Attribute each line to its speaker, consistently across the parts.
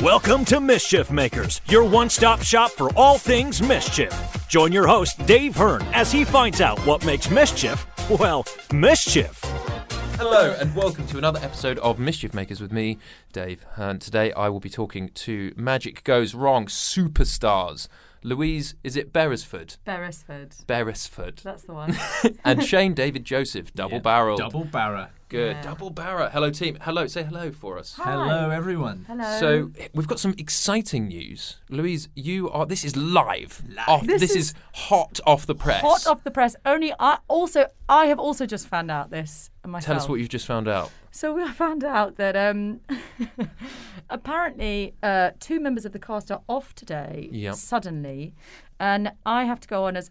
Speaker 1: Welcome to Mischief Makers, your one stop shop for all things mischief. Join your host, Dave Hearn, as he finds out what makes mischief, well, mischief.
Speaker 2: Hello and welcome to another episode of Mischief Makers with me, Dave Hearn. Today I will be talking to Magic Goes Wrong superstars. Louise, is it Beresford?
Speaker 3: Beresford.
Speaker 2: Beresford.
Speaker 3: That's the one.
Speaker 2: and Shane David Joseph, double barrel.
Speaker 4: Double barra.
Speaker 2: Good.
Speaker 3: Yeah.
Speaker 2: Double barrel. Hello, team. Hello, say hello for us.
Speaker 3: Hi.
Speaker 4: Hello, everyone.
Speaker 3: Hello.
Speaker 2: So we've got some exciting news, Louise. You are. This is live. Off- this
Speaker 3: This
Speaker 2: is,
Speaker 3: is
Speaker 2: hot off the press.
Speaker 3: hot off the press. Only I also I have also just found out this myself.
Speaker 2: Tell us what you've just found out.
Speaker 3: So I found out that um, apparently uh, two members of the cast are off today
Speaker 2: Yep.
Speaker 3: suddenly, and I have to go on as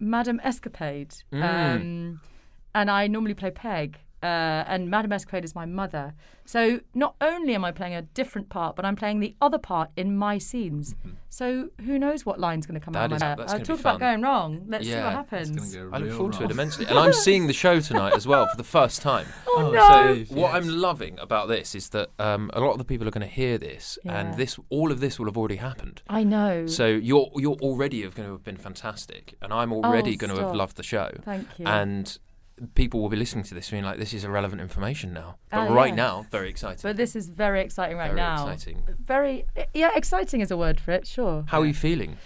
Speaker 3: Madame Escapade,
Speaker 2: Mm.
Speaker 3: um, and I normally play Peg. Uh, and Madame Escapade is my mother. So not only am I playing a different part, but I'm playing the other part in my scenes. So who knows what line's going to come
Speaker 2: Mm-hmm. That is-
Speaker 3: out? of my mouth.
Speaker 2: that's
Speaker 3: Uh,
Speaker 2: gonna be
Speaker 3: talk about
Speaker 2: fun.
Speaker 3: going wrong. Let's see
Speaker 2: Yeah,
Speaker 3: what
Speaker 2: it's
Speaker 3: happens.
Speaker 4: It's gonna go
Speaker 2: I look
Speaker 4: real
Speaker 2: forward to it
Speaker 4: wrong.
Speaker 2: immensely. And I'm seeing the show tonight as well for the first time. So
Speaker 3: Oh, no.
Speaker 2: what I'm loving about this is that um, a lot of the people are going to hear this, and
Speaker 3: Yeah.
Speaker 2: this all of this will have already happened.
Speaker 3: I know.
Speaker 2: So you're you're already going to have been fantastic, and I'm already going to have
Speaker 3: Oh, stop.
Speaker 2: loved the show.
Speaker 3: Thank you.
Speaker 2: And people will be listening to this, being like, "This is irrelevant information now." But
Speaker 3: Oh,
Speaker 2: right
Speaker 3: yeah.
Speaker 2: now, very exciting.
Speaker 3: But this is very exciting right
Speaker 2: very
Speaker 3: now.
Speaker 2: exciting.
Speaker 3: Very, yeah, exciting is a word for it, sure.
Speaker 2: How are you feeling?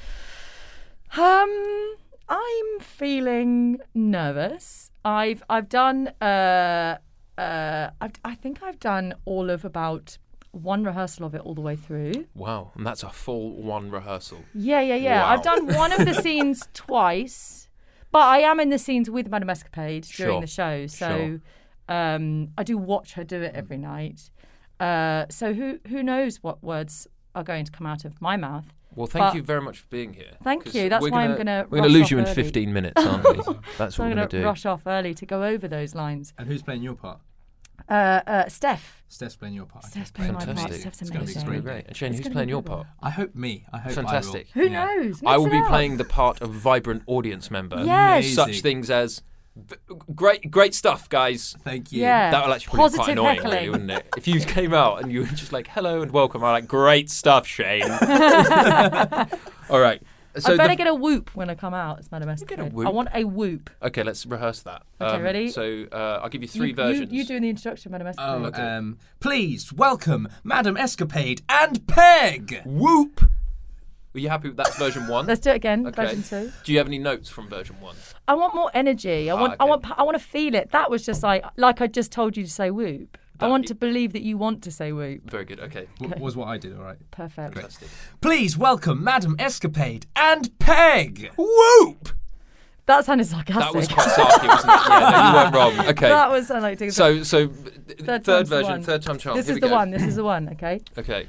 Speaker 3: Um, I'm feeling nervous. I've I've done uh uh I've, I think I've done all of about one rehearsal of it all the way through.
Speaker 2: Wow, and that's a full one rehearsal.
Speaker 3: Yeah, yeah, yeah. I've
Speaker 2: Wow.
Speaker 3: done one of the scenes twice, but I am in the scenes with Madame Escapade during
Speaker 2: Sure,
Speaker 3: the show. So um, I do watch her do it every night. Uh, so who who knows what words are going to come out of my mouth?
Speaker 2: Well, thank
Speaker 3: But-
Speaker 2: you very much for being here.
Speaker 3: Thank
Speaker 2: 'cause
Speaker 3: you, that's
Speaker 2: we're
Speaker 3: why I'm
Speaker 2: gonna-
Speaker 3: gonna
Speaker 2: We're going to
Speaker 3: rush
Speaker 2: lose
Speaker 3: off
Speaker 2: you in
Speaker 3: early.
Speaker 2: 15 minutes, aren't we? That's
Speaker 3: So
Speaker 2: what
Speaker 3: I'm
Speaker 2: we're
Speaker 3: going
Speaker 2: going to
Speaker 3: to
Speaker 2: do.
Speaker 3: rush off early to go over those lines.
Speaker 4: And who's playing your part?
Speaker 3: Uh, uh, Steph,
Speaker 4: Steph's playing your part. I
Speaker 3: Steph's
Speaker 4: think.
Speaker 3: playing my part.
Speaker 2: Fantastic.
Speaker 3: Steph's
Speaker 4: It's gonna be
Speaker 3: amazing.
Speaker 4: great.
Speaker 2: Great. And Shane,
Speaker 3: It's
Speaker 2: who's
Speaker 3: gonna be
Speaker 2: playing your part?
Speaker 3: incredible.
Speaker 4: I hope me. I hope
Speaker 2: Fantastic.
Speaker 4: I
Speaker 3: Who
Speaker 4: will. Yeah.
Speaker 3: knows?
Speaker 2: I
Speaker 3: Mix
Speaker 2: will
Speaker 3: it
Speaker 2: be
Speaker 3: up.
Speaker 2: playing the part of vibrant audience member.
Speaker 3: Yes.
Speaker 2: Such
Speaker 4: Amazing.
Speaker 2: things as great, great stuff, guys.
Speaker 4: Thank you.
Speaker 3: Yeah.
Speaker 2: That would actually probably be quite
Speaker 3: Positive
Speaker 2: annoying,
Speaker 3: heckling.
Speaker 2: really, wouldn't it? If you came out and you were just like, "Hello and welcome," I'm like, "Great stuff, Shane." All right. So
Speaker 3: I better
Speaker 2: the-
Speaker 3: get a whoop when I come out. It's Madame Escapade.
Speaker 2: a
Speaker 3: I
Speaker 2: whoop.
Speaker 3: want a whoop.
Speaker 2: okay, let's rehearse that. Um,
Speaker 3: Okay, ready?
Speaker 2: So uh, I'll give you three
Speaker 3: you,
Speaker 2: versions.
Speaker 3: You, you doing the introduction, Madame Escapade?
Speaker 4: Oh, um, please welcome Madam Escapade and Peg. Whoop.
Speaker 2: Were you happy with that version one?
Speaker 3: Let's do it again.
Speaker 2: okay.
Speaker 3: Version two.
Speaker 2: Do you have any notes from version one?
Speaker 3: I want more energy. I want. I
Speaker 2: Ah, okay.
Speaker 3: want. I want to feel it. That was just like like I just told you to say whoop. I
Speaker 2: That-
Speaker 3: want to believe that you want to say whoop.
Speaker 2: Very good. Okay.
Speaker 4: W- was what I did, all right.
Speaker 3: Perfect.
Speaker 2: Fantastic.
Speaker 4: Please welcome Madam Escapade and Peg.
Speaker 2: Whoop!
Speaker 3: That sounded sarcastic.
Speaker 2: That was quite sarky, wasn't it? Yeah, no, you weren't wrong. Okay.
Speaker 3: That was- I like to-
Speaker 2: So, so third,
Speaker 3: Third
Speaker 2: third
Speaker 3: time's the
Speaker 2: version,
Speaker 3: one.
Speaker 2: third time charm.
Speaker 3: This
Speaker 2: Here
Speaker 3: is
Speaker 2: we
Speaker 3: the
Speaker 2: go.
Speaker 3: one. This is the one. Okay.
Speaker 2: Okay.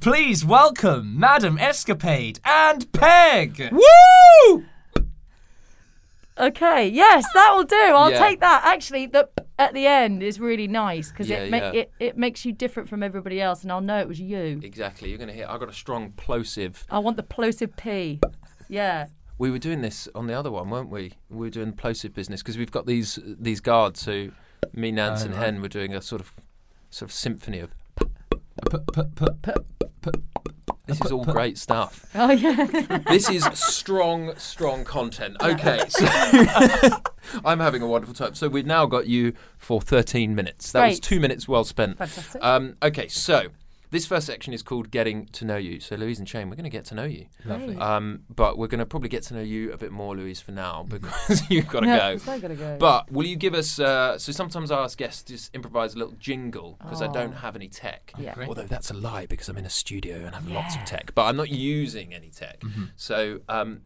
Speaker 4: Please welcome Madam Escapade and Peg.
Speaker 2: Woo!
Speaker 3: Okay. Yes, that will do. I'll
Speaker 2: Yeah.
Speaker 3: take that. Actually, the p- at the end is really nice because
Speaker 2: Yeah,
Speaker 3: it, ma-
Speaker 2: yeah.
Speaker 3: it it makes you different from everybody else, and I'll know it was you.
Speaker 2: Exactly. You're going to hear, I got a strong plosive.
Speaker 3: I want the plosive P. Yeah.
Speaker 2: We were doing this on the other one, weren't we? We were doing the plosive business because we've got these these guards who, me, Nance, and Hen were doing a sort of sort of symphony of. This is all great stuff.
Speaker 3: Oh yeah.
Speaker 2: This is strong, strong content. Okay, so I'm having a wonderful time. So we've now got you for 13 minutes. That was
Speaker 3: Great.
Speaker 2: two minutes well spent.
Speaker 3: Fantastic.
Speaker 2: Um, okay, so this first section is called Getting to Know You. So Louise and Shane, we're going to get to know you. Lovely. Um, but we're going to probably get to know you a bit more, Louise, for now because you've got to
Speaker 3: Mm-hmm. No,
Speaker 2: go.
Speaker 3: 'cause I gotta go.
Speaker 2: But will you give us? Uh, so sometimes I ask guests to just improvise a little jingle because I don't have any tech.
Speaker 3: Oh. Yeah. Great.
Speaker 2: Although that's a lie because I'm in a studio and have lots of tech, but I'm not using any tech. So um,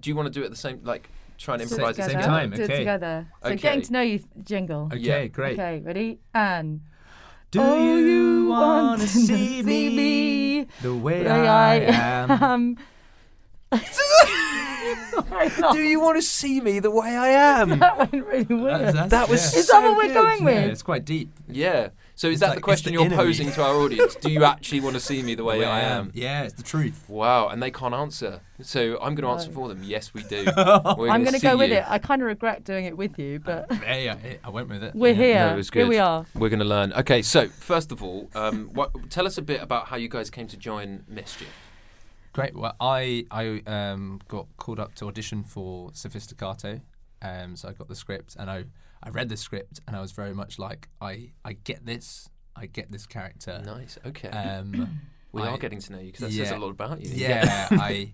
Speaker 2: do you want to do it at the same like try and improvise at the same
Speaker 3: Together.
Speaker 2: time?
Speaker 4: time,
Speaker 3: Do it
Speaker 4: okay.
Speaker 3: together. So
Speaker 2: Okay.
Speaker 3: getting to know you jingle.
Speaker 4: Okay,
Speaker 2: Yeah.
Speaker 4: great.
Speaker 3: Okay, ready? And
Speaker 4: Do
Speaker 3: Oh,
Speaker 4: you
Speaker 3: you
Speaker 4: want
Speaker 3: wanna
Speaker 4: to see
Speaker 3: see
Speaker 4: me
Speaker 3: me
Speaker 4: the way
Speaker 3: There
Speaker 4: I
Speaker 3: I
Speaker 4: am?
Speaker 3: um
Speaker 2: Do you want to see me the way I am?
Speaker 3: that went really weird.
Speaker 2: That was
Speaker 3: Is that what we're going
Speaker 4: Yeah,
Speaker 3: with?
Speaker 4: it's quite deep.
Speaker 2: yeah. So is
Speaker 4: It's
Speaker 2: that
Speaker 4: like-
Speaker 2: the
Speaker 4: it's
Speaker 2: question
Speaker 4: the
Speaker 2: you're
Speaker 4: enemy.
Speaker 2: posing to our audience? do you actually want to see me the way, I am?
Speaker 4: Yeah, it's the truth.
Speaker 2: Wow, and they can't answer. So I'm going to answer for them. Yes, we do.
Speaker 3: Oh. I'm going to go with it. I kind of regret doing it with you, but
Speaker 4: Yeah, yeah, yeah, I went with it.
Speaker 3: we're
Speaker 4: yeah.
Speaker 3: here.
Speaker 2: No, it was good.
Speaker 3: Here we are.
Speaker 2: We're going to learn. Okay, so first of all, um, what, tell us a bit about how you guys came to join Mischief.
Speaker 4: Great. Well, I I um, got called up to audition for Sophisticato, um, so I got the script and I I read the script and I was very much like I I get this I get this character.
Speaker 2: Nice. Okay.
Speaker 4: Um,
Speaker 2: Uh, we
Speaker 4: I-
Speaker 2: are getting to know you because that says a
Speaker 4: yeah.
Speaker 2: lot about you.
Speaker 4: Yeah, I,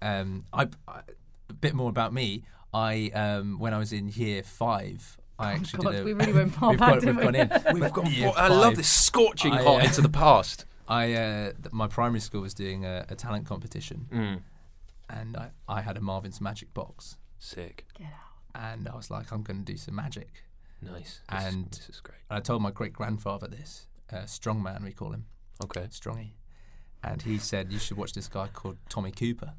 Speaker 4: um, I, I, a bit more about me. I, um, when I was in year five, I actually
Speaker 3: Oh God,
Speaker 4: did a.
Speaker 3: we really went far
Speaker 4: we've
Speaker 3: back, didn't
Speaker 4: gone- we've gone
Speaker 3: we?
Speaker 4: in. We've
Speaker 2: Go on, for- I love this scorching
Speaker 4: I,
Speaker 2: hot
Speaker 4: uh,
Speaker 2: into the past.
Speaker 4: I, uh, th- my primary school was doing a, a talent competition,
Speaker 2: Mm.
Speaker 4: and I, I had a Marvin's Magic box,
Speaker 2: Sick.
Speaker 4: and I was like, I'm going to do some magic.
Speaker 2: Nice. This,
Speaker 4: And-
Speaker 2: this is great.
Speaker 4: And I told my great grandfather this, uh, Strongman, we call him,
Speaker 2: Okay.
Speaker 4: Strongy, and he said you should watch this guy called Tommy Cooper.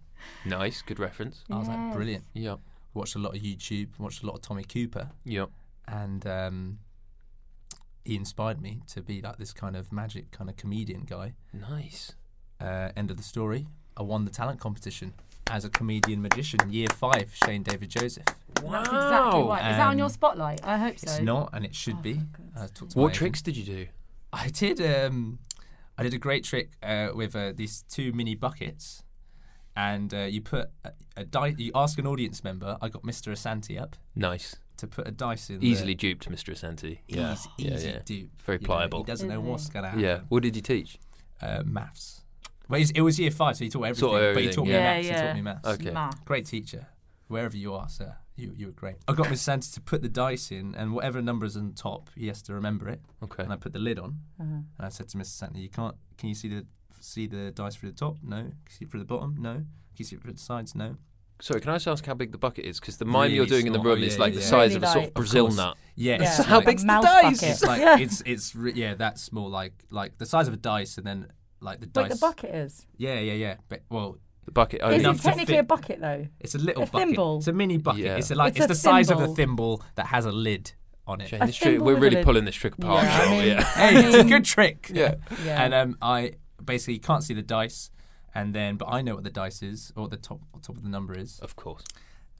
Speaker 2: Nice. Good reference.
Speaker 4: I was like, brilliant.
Speaker 2: Yep.
Speaker 4: Watched a lot of YouTube, watched a lot of Tommy Cooper.
Speaker 2: Yep.
Speaker 4: and um, he inspired me to be like this kind of magic kind of comedian guy.
Speaker 2: Nice.
Speaker 4: Uh, end of the story. I won the talent competition as a comedian magician, year five, Shane David Joseph.
Speaker 2: Wow.
Speaker 3: That's exactly right. Is that on your
Speaker 4: um,
Speaker 3: spotlight? I hope so.
Speaker 4: It's not, and it should be. I talked to my
Speaker 2: What
Speaker 4: agent.
Speaker 2: tricks did you do?
Speaker 4: I did. Um, I did a great trick uh, with uh, these two mini buckets, and uh, you put a, a dice. You ask an audience member. I got Mr. Asanti up
Speaker 2: Nice.
Speaker 4: to put a dice in. the-
Speaker 2: Easily duped, Mr. Asante. Yeah.
Speaker 4: Easy,
Speaker 2: Yeah,
Speaker 4: easy
Speaker 2: yeah.
Speaker 4: dupe,
Speaker 2: Very
Speaker 4: you know,
Speaker 2: pliable.
Speaker 4: he doesn't know what's
Speaker 3: Mm-hmm.
Speaker 4: gonna happen.
Speaker 2: Yeah. What did you teach?
Speaker 4: uh, maths. Well, he's- it was year five, so he taught everything.
Speaker 2: Taught
Speaker 4: But he
Speaker 2: everything,
Speaker 4: taught
Speaker 2: yeah.
Speaker 4: me
Speaker 3: Yeah,
Speaker 4: maths. He
Speaker 3: yeah.
Speaker 4: taught me maths.
Speaker 2: Okay.
Speaker 3: Ma.
Speaker 4: Great teacher. Wherever you are, sir, you you were great. I got Miss Santa to put the dice in, and whatever number is on top, he has to remember it.
Speaker 2: Okay.
Speaker 4: And I put the lid on,
Speaker 3: Uh-huh.
Speaker 4: and I said to Mr. Santa, "You can't. Can you see the see the dice through the top? No. Can you see it through the bottom? No. Can you see it through the sides? No.
Speaker 2: Sorry, can I just ask how big the bucket is? Because the mime
Speaker 4: Really
Speaker 2: you're doing in the
Speaker 4: small.
Speaker 2: room
Speaker 4: Oh,
Speaker 2: is
Speaker 4: yeah,
Speaker 2: like
Speaker 4: yeah,
Speaker 2: the
Speaker 4: yeah.
Speaker 2: size
Speaker 3: Really
Speaker 2: of a sort of
Speaker 3: light.
Speaker 2: Brazil
Speaker 4: course.
Speaker 2: nut.
Speaker 4: Yeah.
Speaker 3: Yeah.
Speaker 4: It's
Speaker 2: How
Speaker 4: like,
Speaker 2: big's the
Speaker 3: mouse
Speaker 2: dice?
Speaker 3: bucket.
Speaker 4: It's like
Speaker 3: yeah.
Speaker 4: it's it's re- yeah that small like like the size of a dice, and then like the dice.
Speaker 3: like the bucket is.
Speaker 4: Yeah, yeah, yeah. But well,
Speaker 2: The bucket. Oh,
Speaker 3: Is
Speaker 4: enough
Speaker 3: it
Speaker 4: to
Speaker 3: technically
Speaker 4: fit-
Speaker 3: a bucket though?
Speaker 4: It's a little
Speaker 3: A
Speaker 4: bucket.
Speaker 3: thimble.
Speaker 4: It's a mini bucket.
Speaker 2: Yeah.
Speaker 4: It's a, like
Speaker 3: It's
Speaker 4: it's,
Speaker 3: a
Speaker 4: the size of
Speaker 3: thimble.
Speaker 4: a thimble that has a lid on it.
Speaker 2: Shane, this
Speaker 3: thimble
Speaker 2: trick, we're
Speaker 3: with a
Speaker 2: really
Speaker 3: lid.
Speaker 2: pulling this trick apart.
Speaker 3: Yeah, I
Speaker 2: aren't we?
Speaker 3: mean-
Speaker 2: yeah.
Speaker 4: Hey, it's a good trick.
Speaker 2: Yeah.
Speaker 3: Yeah.
Speaker 4: And um, I basically can't see the dice, and then but I know what the dice is or what the top what top of the number is,
Speaker 2: Of course.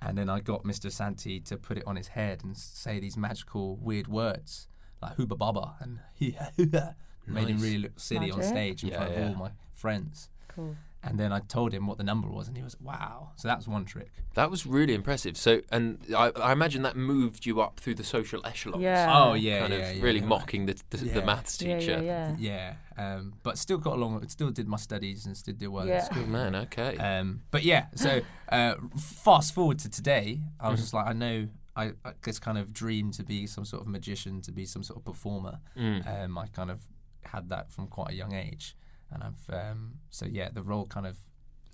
Speaker 4: and then I got Mr. Santi to put it on his head and say these magical weird words like hooba baba and hee ha hoo ha. Made him really look silly on
Speaker 3: Magic.
Speaker 4: stage in
Speaker 2: Yeah,
Speaker 4: front
Speaker 2: yeah.
Speaker 4: of all my friends.
Speaker 3: Cool.
Speaker 4: And then I told him what the number was, and he was wow. So that's one trick.
Speaker 2: That was really impressive. So, and I, I imagine that moved you up through the social echelons.
Speaker 3: Yeah.
Speaker 4: Oh yeah,
Speaker 2: Uh, Kind
Speaker 4: yeah,
Speaker 2: of
Speaker 4: yeah,
Speaker 2: really
Speaker 4: yeah.
Speaker 2: mocking the, the, the
Speaker 4: Yeah.
Speaker 2: maths
Speaker 3: Yeah,
Speaker 2: teacher.
Speaker 3: yeah, yeah.
Speaker 4: Yeah, um, but still got along. Still did my studies and still did well
Speaker 3: Yeah.
Speaker 4: at school.
Speaker 2: Good man. Okay.
Speaker 4: Um, but yeah, so uh, fast forward to today, I
Speaker 2: Mm.
Speaker 4: was just like, I know I, I this kind of dream to be some sort of magician, to be some sort of performer.
Speaker 2: Mm.
Speaker 4: Um, I kind of had that from quite a young age, and I've um, so yeah, the role kind of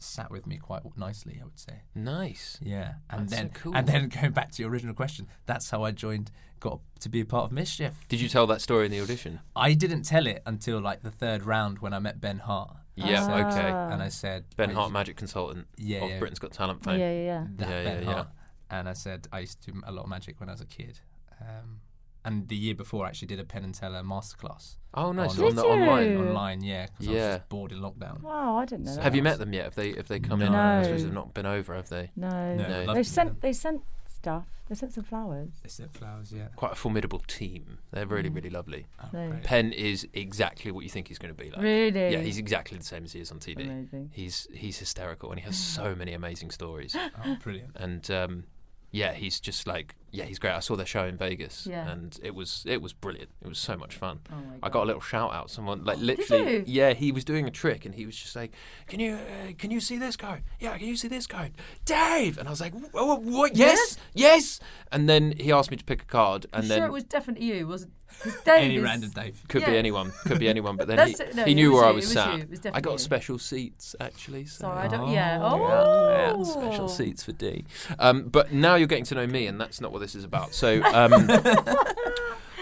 Speaker 4: sat with me quite nicely, I would say.
Speaker 2: nice.
Speaker 4: Yeah, and
Speaker 2: That's so
Speaker 4: then
Speaker 2: cool.
Speaker 4: and then going back to your original question, that's how I joined, got to be a part of mischief.
Speaker 2: Did you tell that story in the audition?
Speaker 4: I didn't tell it until like the third round when I met Ben Hart.
Speaker 2: Yeah.
Speaker 4: So-
Speaker 2: okay.
Speaker 4: And I said
Speaker 2: Ben
Speaker 4: "Wait,
Speaker 2: Hart, magic consultant
Speaker 4: Yeah,
Speaker 2: of
Speaker 4: yeah.
Speaker 2: Britain's Got Talent
Speaker 3: Yeah,
Speaker 2: fame.
Speaker 3: yeah, yeah.
Speaker 4: that
Speaker 2: Yeah,
Speaker 4: Ben
Speaker 2: yeah, yeah.
Speaker 4: Hart. and I said I used to do a lot of magic when I was a kid. Um, and the year before, I actually did a Penn and Teller masterclass.
Speaker 2: Oh, nice. Did
Speaker 4: On, on the online,
Speaker 3: you?
Speaker 4: online, yeah, because I
Speaker 2: Yeah.
Speaker 4: was just bored in lockdown.
Speaker 3: Wow, I didn't know that.
Speaker 2: Have you met them yet? Have they if they come in? I
Speaker 3: No.
Speaker 2: suppose they've not been over, have they?
Speaker 3: No.
Speaker 4: No,
Speaker 2: No.
Speaker 4: I'd
Speaker 3: They
Speaker 4: love to meet
Speaker 3: sent
Speaker 4: them.
Speaker 3: they sent stuff. They sent some flowers.
Speaker 4: They sent flowers, yeah. Oh,
Speaker 2: Quite a formidable team. They're
Speaker 3: Mm.
Speaker 2: really, really lovely.
Speaker 3: No.
Speaker 4: great.
Speaker 2: Penn is exactly what you think he's going to be like.
Speaker 3: Really?
Speaker 2: Yeah, he's exactly the same as he is on TV.
Speaker 3: Amazing. Mm.
Speaker 2: He's he's hysterical and he has so many amazing stories.
Speaker 4: Oh, brilliant.
Speaker 2: and um, yeah, he's just like yeah, he's great. I saw their show in Vegas,
Speaker 3: Yeah.
Speaker 2: and it was it was brilliant. It was so much fun.
Speaker 3: Oh my
Speaker 2: I got a
Speaker 3: God.
Speaker 2: little shout out. Someone like literally,
Speaker 3: you?
Speaker 2: yeah, he was doing a trick, and he was just like, "Can you uh, can you see this card? Yeah, can you see this card, Dave?" And I was like, "Wh- wh- "What? Yes, yes." And then he asked me to pick a card, and
Speaker 3: I'm
Speaker 2: then
Speaker 3: sure it was definitely you, wasn't it? 'Cause Dave
Speaker 4: Any
Speaker 3: is-
Speaker 4: random Dave.
Speaker 2: could be
Speaker 3: yeah.
Speaker 2: anyone, could be anyone. But then he,
Speaker 3: That's it. No,
Speaker 2: he
Speaker 3: it
Speaker 2: knew
Speaker 3: was
Speaker 2: where I
Speaker 3: you,
Speaker 2: was
Speaker 3: it was
Speaker 2: sat.
Speaker 3: you, it was
Speaker 2: I
Speaker 3: definitely
Speaker 2: got
Speaker 3: you.
Speaker 2: special seats actually. So
Speaker 3: Sorry, I don't. Yeah.
Speaker 4: Oh.
Speaker 2: yeah,
Speaker 3: Oh.
Speaker 2: special seats for D. Um, but now you're getting to know me, and that's not what this is about. So, um,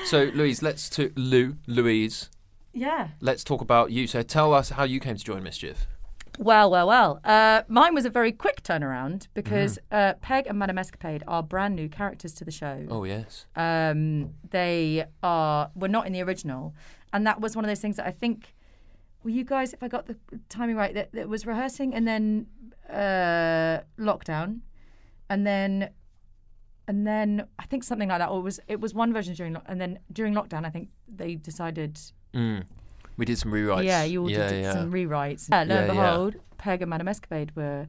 Speaker 2: so Louise, let's to Lou, Louise,
Speaker 3: Yeah.
Speaker 2: let's talk about you. So, tell us how you came to join Mischief.
Speaker 3: Well, well, well. Uh, mine was a very quick turnaround because
Speaker 2: Mm-hmm.
Speaker 3: uh, Peg and Madame Escapade are brand new characters to the show.
Speaker 2: Oh yes,
Speaker 3: um, they are were not in the original, and that was one of those things that I think were you guys, if I got the timing right, that, that was rehearsing and then uh, lockdown, and then and then I think something like that, or it was it was one version during lo- and then during lockdown, I think they decided,
Speaker 2: we did some rewrites.
Speaker 3: yeah, you all
Speaker 2: yeah,
Speaker 3: did
Speaker 2: yeah.
Speaker 3: some rewrites. Yeah, lo
Speaker 2: Yeah, yeah.
Speaker 3: and behold, Peg and Madame Escapade were.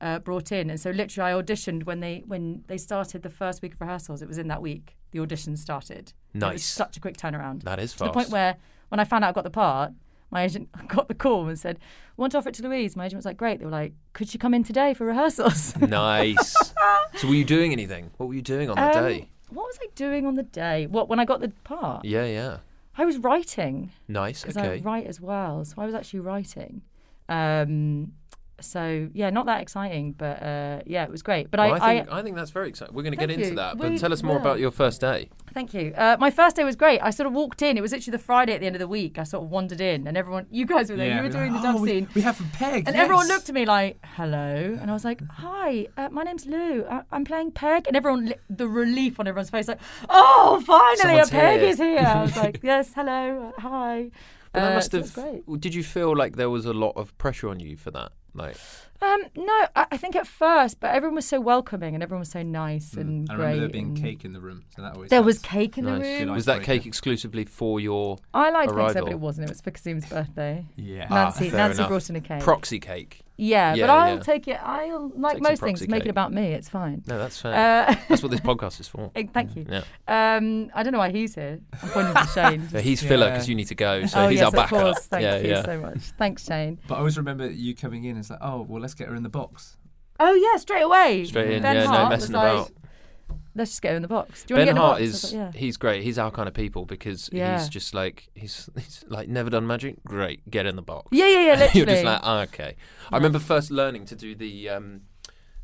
Speaker 3: Uh, brought in, and so literally, I auditioned when they when they started the first week of rehearsals. It was in that week the audition started. And It
Speaker 2: Nice.
Speaker 3: was such a quick turnaround.
Speaker 2: That is
Speaker 3: To the point
Speaker 2: fast.
Speaker 3: where when I found out I got the part, my agent got the call and said, "We "Want to offer it to Louise?" My agent was like, "Great." They were like, "Could she come in today for rehearsals?"
Speaker 2: nice. so, were you doing anything? What were you doing on the
Speaker 3: Um,
Speaker 2: day?
Speaker 3: What was I doing on the day? What when I got the part?
Speaker 2: Yeah, yeah.
Speaker 3: I was writing
Speaker 2: Nice.
Speaker 3: because
Speaker 2: Okay.
Speaker 3: I write as well, so I was actually writing. Um, so yeah, not that exciting, but uh, yeah, it was great. But
Speaker 2: Well,
Speaker 3: I,
Speaker 2: I think I, think that's very exciting. We're going to get
Speaker 3: Thank
Speaker 2: into
Speaker 3: you.
Speaker 2: that, but
Speaker 3: We
Speaker 2: tell us more
Speaker 3: will.
Speaker 2: about your first day.
Speaker 3: Thank you. Uh, my first day was great. I sort of walked in. It was literally the Friday at the end of the week. I sort of wandered in, and everyone, you guys were there. you were doing
Speaker 2: Oh,
Speaker 3: the dub
Speaker 4: Oh, we,
Speaker 3: scene.
Speaker 4: We have a peg.
Speaker 3: And everyone
Speaker 4: yes.
Speaker 3: looked at me like, hello. And I was like, hi, uh, my name's Lou. I- I'm playing Peg. And everyone, li- the relief on everyone's face, like, oh, finally,
Speaker 2: Someone's
Speaker 3: a Peg
Speaker 2: here."
Speaker 3: is here. I was like, yes, hello, uh, hi.
Speaker 2: But that
Speaker 3: Uh,
Speaker 2: must
Speaker 3: so it
Speaker 2: have.
Speaker 3: was great.
Speaker 2: Did you feel like there was a lot of pressure on you for that? Like,
Speaker 3: Um, no, I-, I think at first, but everyone was so welcoming and everyone was so nice and
Speaker 4: Mm, I
Speaker 3: great.
Speaker 4: remember there being
Speaker 3: and-
Speaker 4: cake in the room, so that always
Speaker 3: There was
Speaker 4: helps.
Speaker 3: cake in
Speaker 2: nice.
Speaker 3: the room.
Speaker 4: Good
Speaker 2: Was that
Speaker 4: icebreaker.
Speaker 2: cake exclusively for your
Speaker 3: I like to think so,
Speaker 2: arrival?
Speaker 3: but it wasn't. It was for Kasim's birthday.
Speaker 4: Yeah.
Speaker 3: Nancy,
Speaker 2: Ah, Fair
Speaker 3: Nancy
Speaker 2: enough.
Speaker 3: brought in a cake.
Speaker 2: Proxy cake.
Speaker 3: yeah,
Speaker 2: Yeah,
Speaker 3: but I'll
Speaker 2: yeah.
Speaker 3: take it. I'll like
Speaker 2: Take some
Speaker 3: most things,
Speaker 2: proxy
Speaker 3: make
Speaker 2: cake.
Speaker 3: it about me. It's fine.
Speaker 2: No, that's fair.
Speaker 3: Uh,
Speaker 2: that's what this podcast is for.
Speaker 3: Eh, Thank you.
Speaker 2: Yeah.
Speaker 3: Um, I don't know why he's here. I'm pointing to Shane.
Speaker 2: So he's filler because
Speaker 4: Yeah.
Speaker 2: you need to go, so
Speaker 3: oh
Speaker 2: he's
Speaker 3: yes,
Speaker 2: our
Speaker 3: of
Speaker 2: backup.
Speaker 3: course. Thank
Speaker 2: yeah,
Speaker 3: you
Speaker 2: yeah.
Speaker 3: so much. Thanks, Shane.
Speaker 4: But I always remember you coming in. It's like, oh, well, let's get her in the box.
Speaker 3: Oh yeah, straight away.
Speaker 2: Straight in,
Speaker 3: ben
Speaker 2: yeah,
Speaker 3: Hart
Speaker 2: no
Speaker 3: was
Speaker 2: messing
Speaker 3: like,
Speaker 2: about.
Speaker 3: Let's just get her in the box. Do you
Speaker 2: Ben
Speaker 3: want to get
Speaker 2: Hart
Speaker 3: in the box? I
Speaker 2: is
Speaker 3: was like, yeah.
Speaker 2: he's great. He's our kind of people because
Speaker 3: Yeah.
Speaker 2: he's just like he's, he's like never done magic. Great, get in the box.
Speaker 3: yeah, yeah, yeah. Literally.
Speaker 2: You're just like "Ah, okay. I remember first learning to do the um,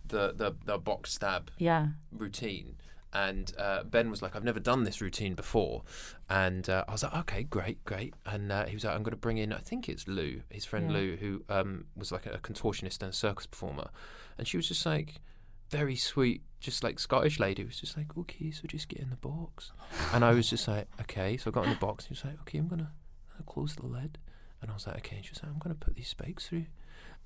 Speaker 2: the, the the box stab
Speaker 3: yeah.
Speaker 2: routine. And uh, Ben was like, I've never done this routine before. And uh, I was like, okay, great, great. And uh, he was like, I'm going to bring in, I think it's Lou, his friend
Speaker 3: Yeah.
Speaker 2: Lou, who um, was like a contortionist and a circus performer. And she was just like, very sweet, just like Scottish lady, was just like, okay, so just get in the box. And I was just like, okay. So I got in the box and he was like, okay, I'm going to close the lid. And I was like, okay. And she was like, I'm going to put these spikes through.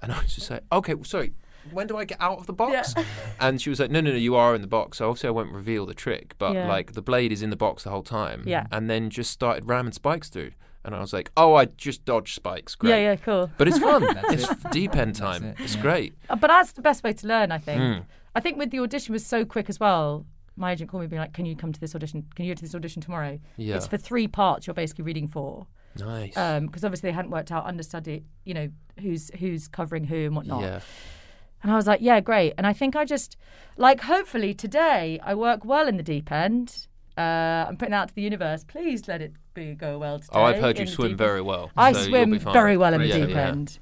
Speaker 2: And I was just like, okay, well, sorry, when do I get out of the box? And she was like, no, no, no, you are in the box. So obviously I won't reveal the trick, but
Speaker 3: Yeah.
Speaker 2: like the blade is in the box the whole time.
Speaker 3: Yeah.
Speaker 2: And then just started ramming spikes through. And I was like, oh, I just dodged spikes. Great.
Speaker 3: Yeah, yeah, cool.
Speaker 2: But it's fun.
Speaker 4: That's
Speaker 2: it's deep end time.
Speaker 4: it,
Speaker 2: It's
Speaker 4: yeah.
Speaker 2: great.
Speaker 3: Uh, But that's the best way to learn, I think.
Speaker 2: Hmm.
Speaker 3: I think with the audition was so quick as well. My agent called me, being like, "Can you come to this audition? Can you go to this audition tomorrow?
Speaker 2: Yeah.
Speaker 3: It's for three parts. You're basically reading for."
Speaker 2: Nice.
Speaker 3: because obviously they hadn't worked out understudy, you know, who's who's covering who and whatnot.
Speaker 2: yeah.
Speaker 3: And I was like, yeah, great. And I think I just like hopefully today I work well in the deep end. Uh, I'm putting that out to the universe. Please let it be go well today.
Speaker 2: Oh, I've heard
Speaker 3: in
Speaker 2: you
Speaker 3: the
Speaker 2: swim
Speaker 3: deep-
Speaker 2: very well.
Speaker 3: I
Speaker 2: so you'll
Speaker 3: swim
Speaker 2: be fine.
Speaker 3: very well in the
Speaker 2: Yeah,
Speaker 3: deep
Speaker 2: yeah.
Speaker 3: end.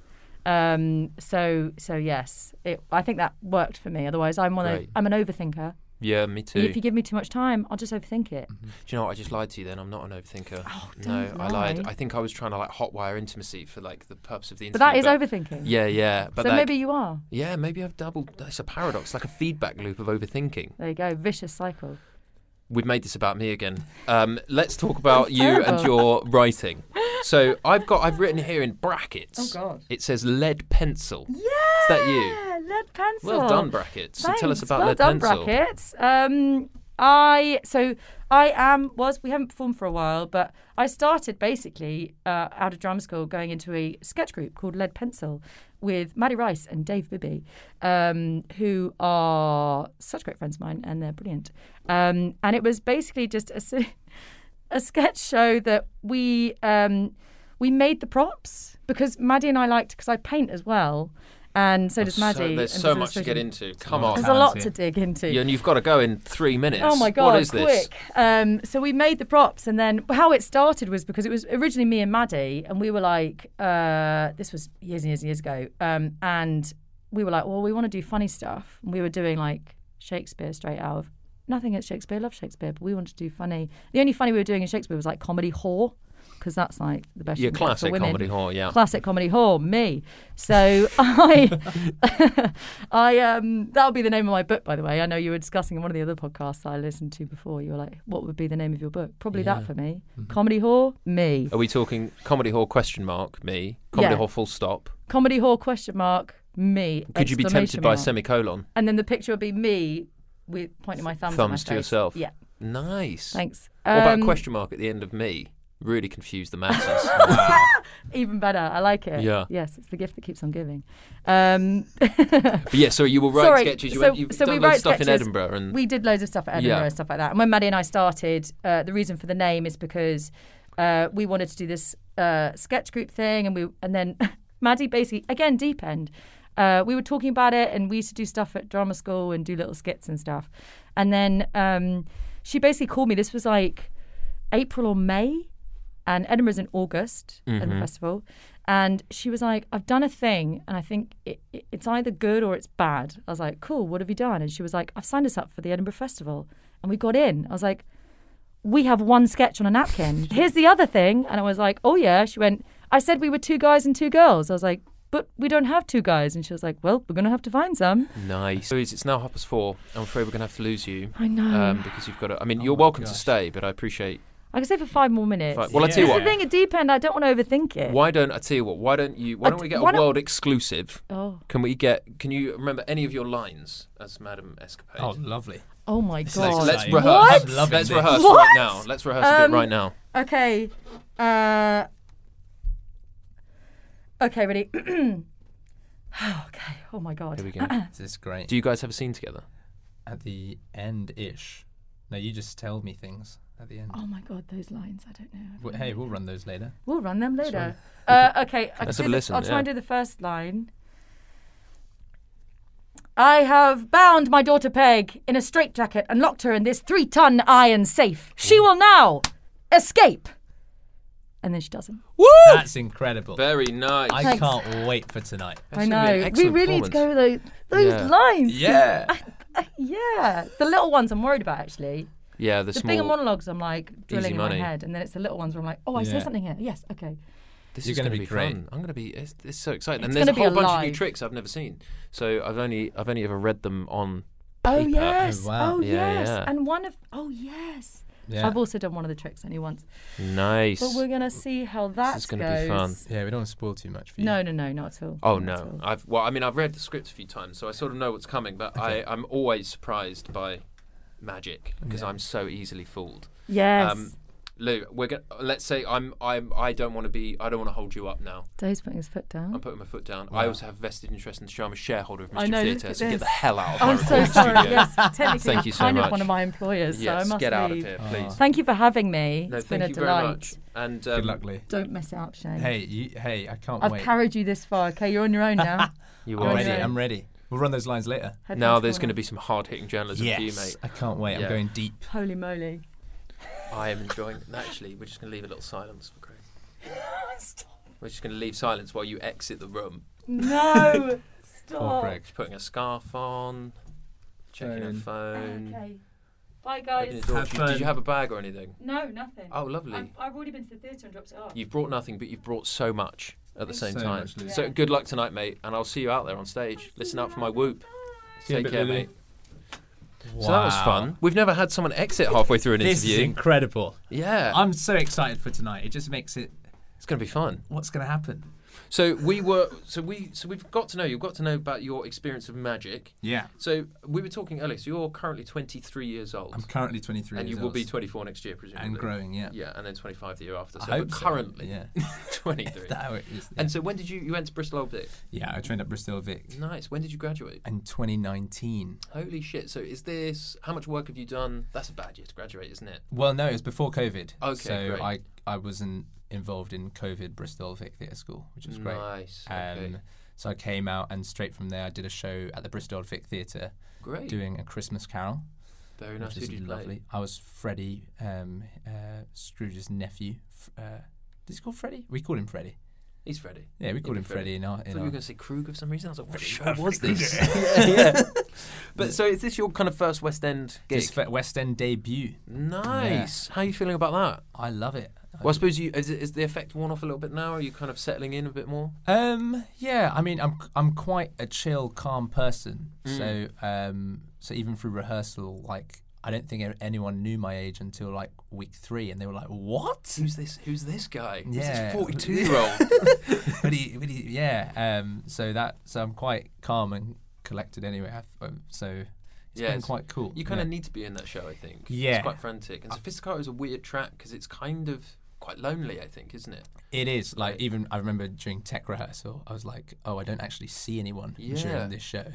Speaker 3: Um, so so yes, it, I think that worked for me. Otherwise, I'm one. Of,
Speaker 2: Great.
Speaker 3: I'm an overthinker.
Speaker 2: Yeah, me too.
Speaker 3: If you give me too much time, I'll just overthink it.
Speaker 2: Do you know what? I just lied to you then. I'm not an overthinker. Oh, no,
Speaker 3: don't
Speaker 2: I lied.
Speaker 3: lie.
Speaker 2: I think I was trying to like hotwire intimacy for like the purpose of the
Speaker 3: But
Speaker 2: interview.
Speaker 3: that is overthinking.
Speaker 2: Yeah, yeah. But
Speaker 3: so
Speaker 2: that-
Speaker 3: maybe you are.
Speaker 2: Yeah, maybe I've doubled. It's a paradox, like a feedback loop of overthinking.
Speaker 3: There you go. Vicious cycle.
Speaker 2: We've made this about me again. Um, let's talk about
Speaker 3: That's
Speaker 2: you and
Speaker 3: terrible.
Speaker 2: your writing. So I've got, I've written here in brackets.
Speaker 3: Oh, God.
Speaker 2: It says lead pencil. Yeah. Is that you?
Speaker 3: Lead pencil.
Speaker 2: Well done, brackets. So tell us
Speaker 3: Thanks.
Speaker 2: about
Speaker 3: well
Speaker 2: lead
Speaker 3: done,
Speaker 2: pencil.
Speaker 3: brackets. Um, I so I am was we haven't performed for a while, but I started basically uh, out of drama school going into a sketch group called Lead Pencil with Maddie Rice and Dave Bibby, um, who are such great friends of mine, and they're brilliant. Um, and it was basically just a. se- a sketch show that we um, we made the props because Maddie and I liked because I paint as well, and so does
Speaker 2: So
Speaker 3: Maddie.
Speaker 2: there's
Speaker 3: and
Speaker 2: so
Speaker 3: does
Speaker 2: much to get
Speaker 3: illustration.
Speaker 2: into. Come
Speaker 4: lot
Speaker 2: on.
Speaker 3: There's a lot
Speaker 4: Talented.
Speaker 3: to dig into.
Speaker 2: Yeah, and you've got to go in three minutes.
Speaker 3: Oh my god!
Speaker 2: What is
Speaker 3: quick.
Speaker 2: this?
Speaker 3: Um, so we made the props, and then how it started was because it was originally me and Maddie, and we were like, uh, this was years and years and years ago, um, and we were like, well, we want to do funny stuff. And we were doing like Shakespeare straight out of nothing at Shakespeare. I love Shakespeare, but we wanted to do funny. The only funny we were doing in Shakespeare was like comedy whore. Because that's like the best.
Speaker 2: Yeah,
Speaker 3: you can get for
Speaker 2: classic
Speaker 3: women.
Speaker 2: comedy whore, yeah.
Speaker 3: Classic comedy whore, me. So I, I um that'll be the name of my book, by the way. I know you were discussing in one of the other podcasts I listened to before. You were like, what would be the name of your book? Probably that for me.
Speaker 2: Mm-hmm.
Speaker 3: Comedy whore, me.
Speaker 2: Are we talking comedy hall question mark me? Comedy
Speaker 3: Yeah.
Speaker 2: hall full stop.
Speaker 3: Comedy whore question mark me.
Speaker 2: Could you be tempted
Speaker 3: exclamation
Speaker 2: by a
Speaker 3: mark.
Speaker 2: semicolon?
Speaker 3: And then the picture would be me with pointing my thumbs. at
Speaker 2: Thumbs
Speaker 3: my
Speaker 2: to
Speaker 3: face.
Speaker 2: yourself.
Speaker 3: Yeah.
Speaker 2: Nice.
Speaker 3: Thanks.
Speaker 2: What about
Speaker 3: Um,
Speaker 2: a question mark at the end of me? Really confused the masses.
Speaker 3: Even better. I like it.
Speaker 2: Yeah.
Speaker 3: Yes, it's the gift that keeps on giving. Um,
Speaker 2: but yeah, so you were writing
Speaker 3: Sorry.
Speaker 2: sketches. You
Speaker 3: so,
Speaker 2: went, you've
Speaker 3: so
Speaker 2: done
Speaker 3: we
Speaker 2: loads
Speaker 3: wrote
Speaker 2: of stuff in
Speaker 3: sketches.
Speaker 2: Edinburgh, and
Speaker 3: we did loads of stuff at Edinburgh
Speaker 2: Yeah.
Speaker 3: and stuff like that. And when Maddie and I started, uh, the reason for the name is because uh, we wanted to do this uh, sketch group thing, and we and then Maddie basically again deep end. Uh, we were talking about it, and we used to do stuff at drama school and do little skits and stuff. And then um, she basically called me. This was like April or May, and Edinburgh's in August and the
Speaker 2: Mm-hmm.
Speaker 3: festival. And she was like, I've done a thing, and I think it, it, it's either good or it's bad. I was like, cool, what have you done? And she was like, I've signed us up for the Edinburgh Festival. And we got in. I was like, we have one sketch on a napkin. Here's the other thing. And I was like, oh yeah. She went, I said we were two guys and two girls. I was like, but we don't have two guys. And she was like, well, we're going to have to find some.
Speaker 2: nice. So it's it's now half past four. I'm afraid we're gonna have to lose you.
Speaker 3: I know.
Speaker 2: Um, because you've got to. I mean, you're welcome to stay, but I appreciate.
Speaker 3: I could stay for five more minutes.
Speaker 2: Right, well, I tell you
Speaker 3: This is
Speaker 2: what.
Speaker 3: the thing at deep end. I don't want to overthink it.
Speaker 2: Why don't I tell you what? Why don't you? Why
Speaker 3: I
Speaker 2: don't we
Speaker 3: d-
Speaker 2: get a
Speaker 3: Uh, why don't-
Speaker 2: world exclusive?
Speaker 3: Oh,
Speaker 2: Can we get? Can you remember any of your lines as Madame Escapade?
Speaker 4: Oh, lovely.
Speaker 3: oh my
Speaker 2: Let's,
Speaker 3: God.
Speaker 2: let's
Speaker 4: What?
Speaker 2: rehearse.
Speaker 4: I'm loving
Speaker 2: Let's
Speaker 4: this.
Speaker 2: rehearse right
Speaker 3: What?
Speaker 2: now. Let's rehearse a
Speaker 3: Um,
Speaker 2: bit right now.
Speaker 3: Okay. Uh, okay, ready? okay. Oh my god.
Speaker 2: Here we go.
Speaker 4: This is great.
Speaker 2: Do you guys have a scene together?
Speaker 4: at the end ish. No, you just tell me things at the end.
Speaker 3: Oh my god, those lines. I don't know. I
Speaker 4: W
Speaker 3: don't
Speaker 4: Hey,
Speaker 3: know.
Speaker 4: we'll run those later.
Speaker 3: we'll run them later. Uh, okay. I
Speaker 2: Let's
Speaker 3: can
Speaker 2: have a
Speaker 3: do the-
Speaker 2: listen,
Speaker 3: I'll try and
Speaker 2: yeah.
Speaker 3: do the first line. I have bound my daughter Peg in a straitjacket and locked her in this three ton iron safe.
Speaker 2: Mm.
Speaker 3: She will now escape. And then she doesn't.
Speaker 2: Woo!
Speaker 4: That's incredible.
Speaker 2: Very nice.
Speaker 4: I
Speaker 3: Thanks.
Speaker 4: can't wait for tonight.
Speaker 2: That's gonna be an
Speaker 3: We
Speaker 2: excellent
Speaker 3: really need to go
Speaker 2: performance.
Speaker 3: with those, those
Speaker 2: Yeah.
Speaker 3: lines.
Speaker 4: Yeah.
Speaker 3: Yeah, the little ones I'm worried about actually.
Speaker 2: Yeah, the,
Speaker 3: The
Speaker 2: small.
Speaker 3: bigger monologues I'm like drilling in my
Speaker 2: money.
Speaker 3: head, and then it's the little ones where I'm like, oh, I say
Speaker 4: Yeah.
Speaker 3: something here. Yes, okay.
Speaker 2: This
Speaker 4: You're
Speaker 2: is
Speaker 4: gonna
Speaker 2: going to
Speaker 4: be
Speaker 2: be
Speaker 4: great.
Speaker 2: fun. I'm going to be. It's, it's so exciting.
Speaker 3: It's
Speaker 2: and there's a
Speaker 3: gonna be
Speaker 2: whole bunch of new
Speaker 3: alive.
Speaker 2: tricks I've never seen. So I've only I've only ever read them on.
Speaker 3: Oh
Speaker 2: Paper.
Speaker 3: yes, oh,
Speaker 4: wow.
Speaker 2: Yeah,
Speaker 3: yes,
Speaker 2: yeah.
Speaker 3: and one of oh yes.
Speaker 4: Yeah.
Speaker 3: I've also done one of the tricks only once,
Speaker 2: Nice.
Speaker 3: but we're gonna see how that
Speaker 2: is
Speaker 3: goes.
Speaker 2: gonna be fun.
Speaker 4: Yeah, we don't want to spoil too much for you.
Speaker 3: No, no, no, not at all.
Speaker 2: Oh
Speaker 3: Not at
Speaker 2: no!
Speaker 3: all.
Speaker 2: I've well, I mean, I've read the script a few times, so I sort of know what's coming. But I, I'm always surprised by magic because I'm so easily fooled. Um,
Speaker 3: Yes,
Speaker 2: Lou, we're gonna, let's say I'm I'm I don't want to be I don't want to hold you up now.
Speaker 3: Dave's putting his foot down.
Speaker 2: I'm putting my foot down. I also have vested interest in the show. I'm a shareholder of
Speaker 3: I
Speaker 2: Mr.
Speaker 3: know, look
Speaker 2: Theatre,
Speaker 3: at
Speaker 2: so get the
Speaker 3: this.
Speaker 2: hell out of my
Speaker 3: Oh, I'm so
Speaker 2: recording
Speaker 3: sorry.
Speaker 2: studio.
Speaker 3: Yes, technically,
Speaker 2: Thank you
Speaker 3: I'm
Speaker 2: so
Speaker 3: kind
Speaker 2: much.
Speaker 3: of one of my employers, so I
Speaker 2: Yes,
Speaker 3: must
Speaker 2: get out
Speaker 3: leave. Oh.
Speaker 2: of here, please.
Speaker 3: Thank you for having me.
Speaker 2: no,
Speaker 3: it's
Speaker 2: thank
Speaker 3: been
Speaker 2: you
Speaker 3: a delight.
Speaker 2: very much. And um,
Speaker 4: Good luck, Lee.
Speaker 3: Don't mess it up, Shane.
Speaker 4: Hey, you, hey, I can't
Speaker 3: I've
Speaker 4: wait.
Speaker 3: carried you this far. Okay, you're on your own now.
Speaker 2: You
Speaker 4: I'm
Speaker 2: are
Speaker 3: Well
Speaker 4: ready.
Speaker 3: done.
Speaker 4: I'm ready. We'll run those lines later.
Speaker 3: Head
Speaker 2: now.
Speaker 3: round
Speaker 2: There's
Speaker 3: corner.
Speaker 2: going to be some hard hitting journalism for you, mate.
Speaker 4: I can't wait.
Speaker 2: Yeah.
Speaker 4: I'm going deep.
Speaker 3: Holy moly.
Speaker 2: I am enjoying. Actually, we're just going to leave a little silence for Craig. We're just going to leave silence while you exit the room.
Speaker 3: No.
Speaker 4: Poor
Speaker 3: Stop.
Speaker 4: Greg.
Speaker 2: She's putting a scarf on. Checking her phone.
Speaker 3: Okay. Um, Bye,
Speaker 2: Opening
Speaker 3: guys.
Speaker 2: the door.
Speaker 4: Have
Speaker 2: Did you- Did you
Speaker 4: fun.
Speaker 2: have a bag or anything?
Speaker 3: No, nothing.
Speaker 2: Oh, lovely.
Speaker 3: I've, I've already been to the theatre and dropped it off.
Speaker 2: You've brought nothing, but you've brought so much at the same
Speaker 4: So
Speaker 2: time.
Speaker 4: much, Lily.
Speaker 2: so good luck tonight, mate, and I'll see you out there on stage. Listen out for my whoop.
Speaker 4: See you in a
Speaker 2: Take
Speaker 4: bit,
Speaker 2: care,
Speaker 4: Lily.
Speaker 2: mate. So that was
Speaker 4: Wow.
Speaker 2: fun. We've never had someone exit halfway through an
Speaker 4: This is
Speaker 2: interview.
Speaker 4: incredible.
Speaker 2: yeah,
Speaker 4: I'm so excited for tonight. It just makes it.
Speaker 2: it's going to be fun.
Speaker 4: What's going to happen?
Speaker 2: So we were, so we, so we've got to know. You've got to know about your experience of magic.
Speaker 4: Yeah.
Speaker 2: So we were talking earlier. So you're currently 23 years old,
Speaker 4: I'm currently 23
Speaker 2: and you
Speaker 4: years
Speaker 2: will
Speaker 4: old.
Speaker 2: be 24 next year, presumably.
Speaker 4: and growing. Yeah.
Speaker 2: Yeah, and then 25 the year after. So,
Speaker 4: I hope
Speaker 2: but
Speaker 4: so,
Speaker 2: currently,
Speaker 4: yeah.
Speaker 2: 23.
Speaker 4: That it is.
Speaker 2: And so when did you you went to Bristol Old Vic?
Speaker 4: yeah, I trained at Bristol Vic
Speaker 2: Nice. When did you graduate?
Speaker 4: in 2019.
Speaker 2: Holy shit! So is this how much work have you done? That's a bad year to graduate, isn't it?
Speaker 4: Well, no, it was before COVID.
Speaker 2: Okay,
Speaker 4: so
Speaker 2: great.
Speaker 4: I I wasn't involved in COVID Bristol Vic Theatre School, which was great.
Speaker 2: Nice,
Speaker 4: Um,
Speaker 2: okay.
Speaker 4: So I came out and straight from there, I did a show at the Bristol Vic Theatre,
Speaker 2: Great.
Speaker 4: doing a Christmas Carol,
Speaker 2: Very nice. Who
Speaker 4: which
Speaker 2: did
Speaker 4: is
Speaker 2: you
Speaker 4: lovely.
Speaker 2: play?
Speaker 4: I was Freddie um, uh, Scrooge's nephew. F- Uh, is he called Freddie? We called him Freddie.
Speaker 2: He's Freddie.
Speaker 4: Yeah, we called him Freddie in our.
Speaker 2: I
Speaker 4: In
Speaker 2: thought you
Speaker 4: our
Speaker 2: were going to say Krug for some reason. I was like, what show was this? yeah, yeah. But so is this your kind of first West End gig? Mm.
Speaker 4: his fe- West End debut.
Speaker 2: nice. How are you feeling about that?
Speaker 4: I love it. I
Speaker 2: Well, I suppose you is, it- is the effect worn off a little bit now? Are you kind of settling in a bit more?
Speaker 4: Um. Yeah. I mean, I'm I'm quite a chill, calm person.
Speaker 2: Mm.
Speaker 4: So um. So even through rehearsal, like I don't think anyone knew my age until like week three, and they were like, "What?"
Speaker 2: Who's this? Who's this guy? Who's
Speaker 4: Yeah.
Speaker 2: this forty-two year old?
Speaker 4: but he, but he, yeah. Um. So that. So I'm quite calm and collected anyway. I've, um, so it's been quite cool.
Speaker 2: You kind of
Speaker 4: yeah.
Speaker 2: need to be in that show, I think.
Speaker 4: Yeah.
Speaker 2: It's quite frantic. And Sophisticato is a weird track because it's kind of quite lonely, I think, isn't it?
Speaker 4: It is like even I remember during tech rehearsal, I was like, "Oh, I don't actually see anyone
Speaker 2: Yeah.
Speaker 4: during this show."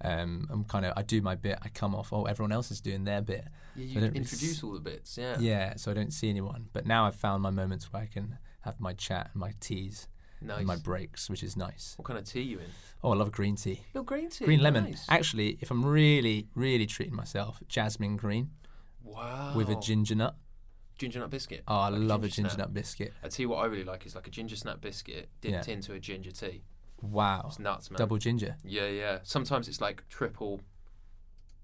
Speaker 4: Um, I'm kind of I do my bit, I come off. Oh, everyone else is doing their bit.
Speaker 2: Yeah,
Speaker 4: So I
Speaker 2: you
Speaker 4: don't really
Speaker 2: introduce all the bits, yeah.
Speaker 4: Yeah, so I don't see anyone. But now I've found my moments where I can have my chat and my teas
Speaker 2: Nice.
Speaker 4: and my breaks, which is nice.
Speaker 2: What kind of tea you in?
Speaker 4: Oh, I love green tea.
Speaker 2: Little green tea.
Speaker 4: Green lemon.
Speaker 2: nice.
Speaker 4: Actually, if I'm really, really treating myself, jasmine green
Speaker 2: Wow.
Speaker 4: with a ginger nut.
Speaker 2: ginger nut biscuit.
Speaker 4: Oh, I
Speaker 2: Like
Speaker 4: love a ginger
Speaker 2: snap.
Speaker 4: nut biscuit.
Speaker 2: I tell you what I really like is like a ginger snap biscuit dipped
Speaker 4: Yeah.
Speaker 2: into a ginger tea.
Speaker 4: Wow.
Speaker 2: It's nuts, man.
Speaker 4: Double ginger.
Speaker 2: Yeah, yeah. Sometimes it's like triple.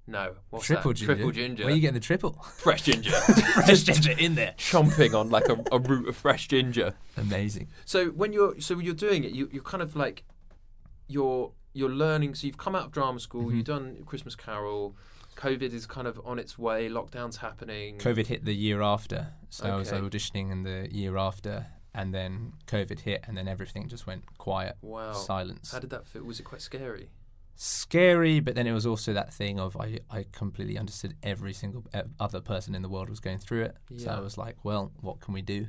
Speaker 2: No, what's
Speaker 4: triple
Speaker 2: that?
Speaker 4: ginger.
Speaker 2: Triple ginger.
Speaker 4: Where are you getting the triple?
Speaker 2: fresh ginger?
Speaker 4: Fresh ginger in there.
Speaker 2: Chomping on like a, a root of fresh ginger.
Speaker 4: Amazing.
Speaker 2: So when you're so when you're doing it, you you're kind of like you're you're learning. So you've come out of drama school.
Speaker 4: Mm-hmm.
Speaker 2: You've done Christmas Carol. COVID is kind of on its way. Lockdown's happening.
Speaker 4: COVID hit the year after, so I was
Speaker 2: Okay.
Speaker 4: like, auditioning in the year after, and then COVID hit, and then everything just went quiet.
Speaker 2: Wow.
Speaker 4: Silence.
Speaker 2: How did that feel? Was it quite scary?
Speaker 4: scary, but then it was also that thing of I, I completely understood every single e- other person in the world was going through it. So
Speaker 2: Yeah.
Speaker 4: I was like, well, what can we do?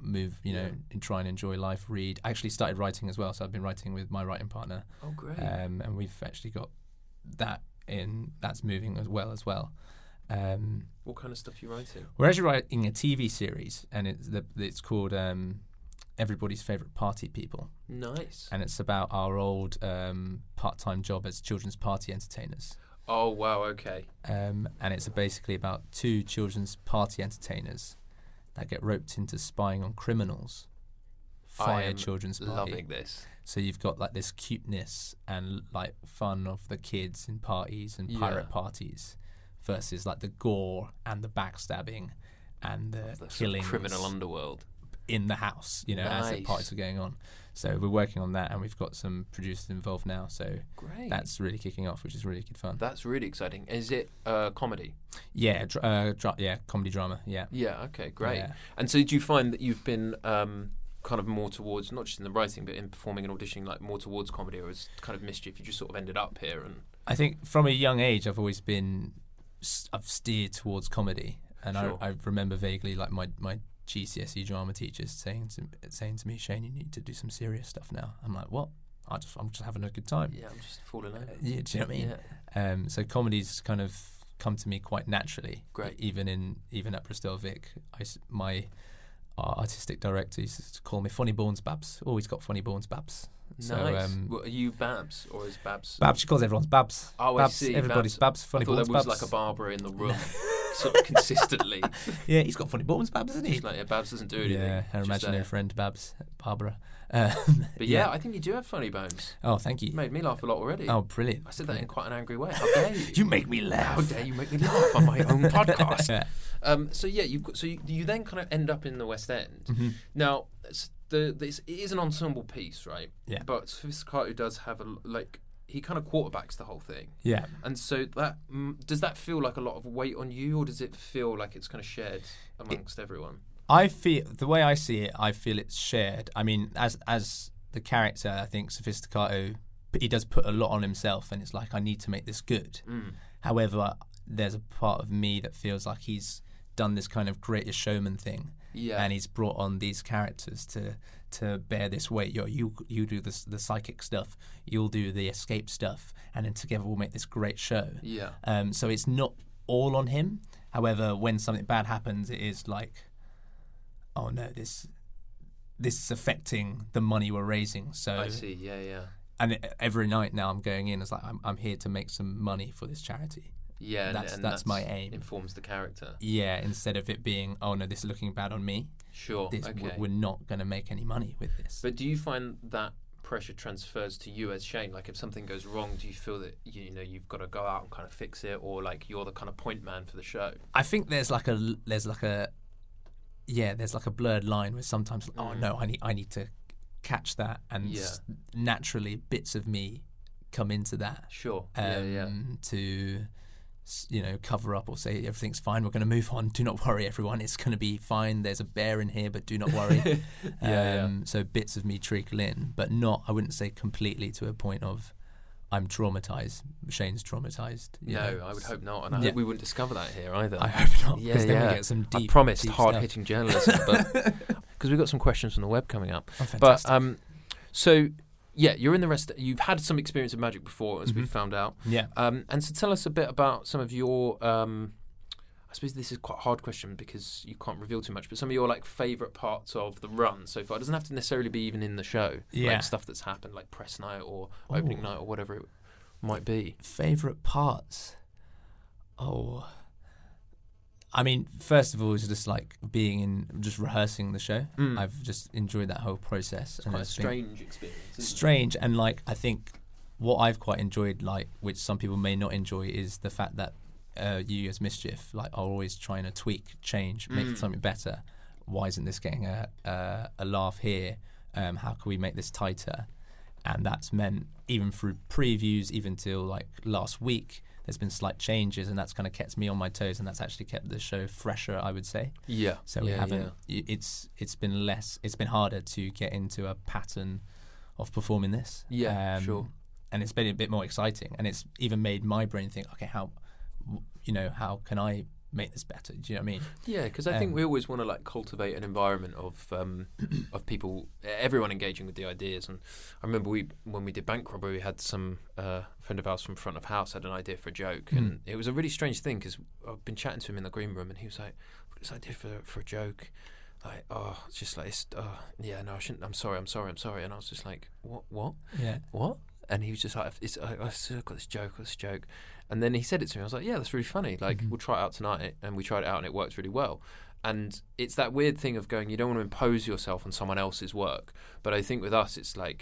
Speaker 4: Move, you know, and try and enjoy life. Read. I actually started writing as well, so I've been writing with my writing partner,
Speaker 2: Oh, great.
Speaker 4: um, and we've actually got that in. That's moving as well as well. Um,
Speaker 2: what kind of stuff are you writing?
Speaker 4: we're actually writing a TV series, and it's the, it's called um, Everybody's Favorite Party People
Speaker 2: Nice.
Speaker 4: and it's about our old um, part-time job as children's party entertainers.
Speaker 2: Oh wow. Okay.
Speaker 4: Um, and it's basically about two children's party entertainers that get roped into spying on criminals.
Speaker 2: I
Speaker 4: Fire
Speaker 2: am
Speaker 4: children's party.
Speaker 2: Loving this.
Speaker 4: So you've got like this cuteness and like fun of the kids in parties and pirate
Speaker 2: Yeah.
Speaker 4: parties, versus like the gore and the backstabbing and the,
Speaker 2: The sort of
Speaker 4: killing
Speaker 2: criminal underworld.
Speaker 4: in the house, you know, as the
Speaker 2: Nice.
Speaker 4: parties are going on. So we're working on that, and we've got some producers involved now. So
Speaker 2: Great.
Speaker 4: that's really kicking off, which is really good fun.
Speaker 2: That's really exciting. Is it uh, comedy?
Speaker 4: yeah, dr- uh, dra- yeah, comedy drama. Yeah,
Speaker 2: Yeah. Okay. Great.
Speaker 4: Yeah.
Speaker 2: And so, do you find that you've been um, kind of more towards not just in the writing, but in performing and auditioning, like more towards comedy, or is kind of mischief? You just sort of ended up here, and
Speaker 4: I think from a young age, I've always been, s- I've steered towards comedy, and
Speaker 2: Sure.
Speaker 4: I, I remember vaguely like my my GCSE E drama teachers saying to saying to me, Shane, you need to do some serious stuff now. I'm like, what? I just I'm just having a good time.
Speaker 2: yeah, I'm just falling over.
Speaker 4: Yeah, do you know what I mean? Um, so comedy's kind of come to me quite naturally. E-,
Speaker 2: Great.
Speaker 4: Even in even at Bristol Vic, I s my our artistic director used to call me Funny Bones Babs. Always got Funny Bones Babs. So,
Speaker 2: nice.
Speaker 4: um,
Speaker 2: Well, are you Babs or is Babs?
Speaker 4: Babs, she calls everyone's Babs.
Speaker 2: Oh, I
Speaker 4: Babs,
Speaker 2: see,
Speaker 4: Everybody's Babs.
Speaker 2: Babs. I
Speaker 4: Funny
Speaker 2: thought
Speaker 4: Bones
Speaker 2: there was
Speaker 4: Babs.
Speaker 2: like a Barbara in the room. sort of consistently.
Speaker 4: Yeah, he's got funny buttons, Babs, isn't he?
Speaker 2: Just like, yeah, Babs doesn't do anything.
Speaker 4: Yeah,
Speaker 2: Just
Speaker 4: her
Speaker 2: uh,
Speaker 4: imaginary
Speaker 2: there.
Speaker 4: friend, Babs, Barbara. Um,
Speaker 2: But yeah, I think you do have funny bones.
Speaker 4: oh, thank you.
Speaker 2: You made me laugh a lot already.
Speaker 4: Oh, brilliant.
Speaker 2: I said that in quite an angry way. How dare you?
Speaker 4: You make me
Speaker 2: How
Speaker 4: laugh.
Speaker 2: dare you make me laugh on my own podcast?
Speaker 4: Yeah.
Speaker 2: Um, so yeah, you've got, so you, you then kind of end up in the West End.
Speaker 4: Mm-hmm.
Speaker 2: Now it's the this it is an ensemble piece, right?
Speaker 4: Yeah.
Speaker 2: But Sufiscato does have a l- like he kind of quarterbacks the whole thing.
Speaker 4: Yeah.
Speaker 2: And so that mm, does that feel like a lot of weight on you, or does it feel like it's kind of shared amongst everyone?
Speaker 4: I feel the way I see it, I feel it's shared. I mean, as as the character, I think Sophisticato, he does put a lot on himself, and it's like I need to make this good.
Speaker 2: Mm.
Speaker 4: However, there's a part of me that feels like he's done this kind of greatest showman thing,
Speaker 2: Yeah.
Speaker 4: and he's brought on these characters to to bear this weight. You you you do this the psychic stuff, you'll do the escape stuff, and then together we'll make this great show.
Speaker 2: Yeah.
Speaker 4: Um, so it's not all on him. However, when something bad happens, it is like, oh no, this this is affecting the money we're raising. So
Speaker 2: I see. Yeah, yeah,
Speaker 4: and e- every night now I'm going in. It's like I'm I'm here to make some money for this charity.
Speaker 2: yeah. and-
Speaker 4: That's-
Speaker 2: and
Speaker 4: that's my aim.
Speaker 2: Informs the character.
Speaker 4: Yeah, instead of it being oh no, this is looking bad on me.
Speaker 2: Sure.
Speaker 4: This,
Speaker 2: okay.
Speaker 4: we're, we're not going to make any money with this.
Speaker 2: But do you find that pressure transfers to you as Shane? Like, if something goes wrong, do you feel that you know you've got to go out and kind of fix it, or like you're the kind of point man for the show?
Speaker 4: I think there's like a there's like a yeah there's like a blurred line where sometimes oh no I need I need to catch that and
Speaker 2: Mm. Yeah.
Speaker 4: s- naturally bits of me come into that
Speaker 2: Sure.
Speaker 4: um,
Speaker 2: yeah, yeah.
Speaker 4: to s- you know cover up or say everything's fine we're going to move on do not worry everyone it's going to be fine there's a bear in here but do not worry um,
Speaker 2: yeah.
Speaker 4: so bits of me trickle in but not I wouldn't say completely to a point of I'm traumatized Shane's traumatized you
Speaker 2: No,
Speaker 4: know,
Speaker 2: I would
Speaker 4: s-
Speaker 2: hope not, and I
Speaker 4: Yeah.
Speaker 2: hope we wouldn't discover that here either.
Speaker 4: I hope not, 'cause
Speaker 2: Yeah,
Speaker 4: then we
Speaker 2: yeah.
Speaker 4: get some deep-
Speaker 2: I promised
Speaker 4: deep
Speaker 2: hard hitting journalism, but because we've got some questions from the web coming up. but
Speaker 4: Oh, fantastic.
Speaker 2: um, so yeah, you're in the rest. You've had some experience of magic before, as we've
Speaker 4: Mm-hmm.
Speaker 2: found out.
Speaker 4: Yeah.
Speaker 2: Um, and so tell us a bit about some of your. Um, I suppose this is quite a hard question because you can't reveal too much, but some of your like favorite parts of the run so far. It doesn't have to necessarily be even in the show.
Speaker 4: Yeah.
Speaker 2: Like stuff that's happened, like press night or opening night or whatever it might be.
Speaker 4: favorite parts oh i mean first of all it's just like being in just rehearsing the show i've just enjoyed that whole process and
Speaker 2: Mm. Quite a
Speaker 4: it's been
Speaker 2: strange experience. isn't it?
Speaker 4: strange and like i think what i've quite enjoyed like which some people may not enjoy is the fact that uh, you as mischief like are always trying to tweak change make something better why isn't this getting a, a, a laugh here um, how can we make this tighter and that's meant even through previews even till like last week there's been slight changes and that's kind of kept me on my toes and that's actually kept the show fresher i would say
Speaker 2: Yeah.
Speaker 4: so we
Speaker 2: Yeah,
Speaker 4: haven't. y It's it's been less. It's been harder to get into a pattern of performing this. Um,
Speaker 2: Yeah, sure.
Speaker 4: And it's been a bit more exciting, and it's even made my brain think, okay, how, w- you know, how can I make this better? Do you know what I mean?
Speaker 2: Yeah, because I think
Speaker 4: Um,
Speaker 2: we always want to like cultivate an environment of um, of people, e-, everyone engaging with the ideas. And I remember we when we did bank robbery, we had some uh, friend of ours from front of house had an idea for a joke,
Speaker 4: Hmm.
Speaker 2: and it was a really strange thing because I've been chatting to him in the green room, and he was like, "I've got "This idea for for a joke." Like oh, it's just like it's, oh yeah no I shouldn't I'm sorry I'm sorry I'm sorry and I was just like what what
Speaker 4: Yeah.
Speaker 2: what? And he was just like, it's, I, I still got this joke, got this joke. And then he said it to me. I was like, yeah, that's really funny. Like,
Speaker 4: Mm-hmm.
Speaker 2: we'll try it out tonight. And we tried it out and it worked really well. And it's that weird thing of going, you don't want to impose yourself on someone else's work. But I think with us, it's like,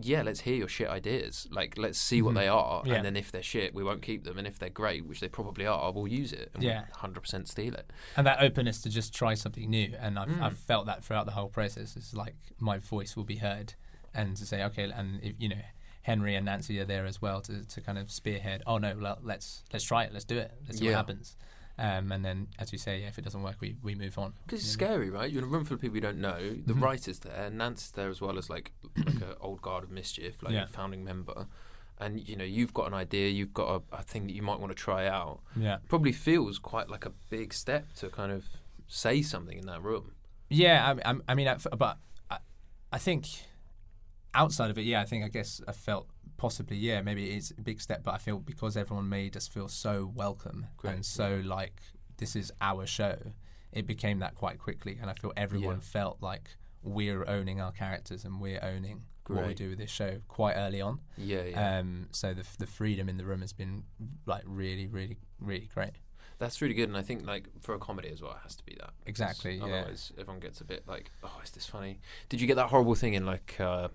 Speaker 2: yeah, let's hear your shit ideas. Like, let's see what they are.
Speaker 4: Mm-hmm. Yeah.
Speaker 2: And then if they're shit, we won't keep them. And if they're great, which they probably are, we'll use it and
Speaker 4: Yeah.
Speaker 2: we'll 100% steal it.
Speaker 4: And that openness to just try something new, and I've, I've felt that throughout the whole process. It's like my voice will be heard, and to say, okay, and if, you know. Henry and Nancy are there as well to, to kind of spearhead. Oh no, le- let's let's try it. Let's do it. Let's see
Speaker 2: Yeah.
Speaker 4: what happens. Um, and then, as you say, yeah, if it doesn't work, we, we move on.
Speaker 2: Because it's scary, right? You're in a room full of people you don't know. The
Speaker 4: Mm-hmm.
Speaker 2: writer's there, Nancy's there as well as like like an old guard of mischief, like
Speaker 4: Yeah.
Speaker 2: a founding member. And you know, you've got an idea, you've got a, a thing that you might want to try out.
Speaker 4: Yeah.
Speaker 2: Probably feels quite like a big step to kind of say something in that room.
Speaker 4: Yeah, I, I, I mean, I, but I, I think outside of it, yeah, I think I guess I felt possibly, yeah, maybe it's a big step, but I feel because everyone made us feel so welcome and so like this is our show, it became that quite quickly, and I feel everyone
Speaker 2: Yeah.
Speaker 4: felt like we're owning our characters and we're owning what we
Speaker 2: Great.
Speaker 4: do with this show quite early on.
Speaker 2: Yeah, yeah.
Speaker 4: Um, so the the freedom in the room has been like really, really, really great.
Speaker 2: That's really good, and I think like for a comedy as well, it has to be that. because
Speaker 4: Exactly, yeah.
Speaker 2: Otherwise, everyone gets a bit like, "Oh, is this funny?" Did you get that horrible thing in like, uh,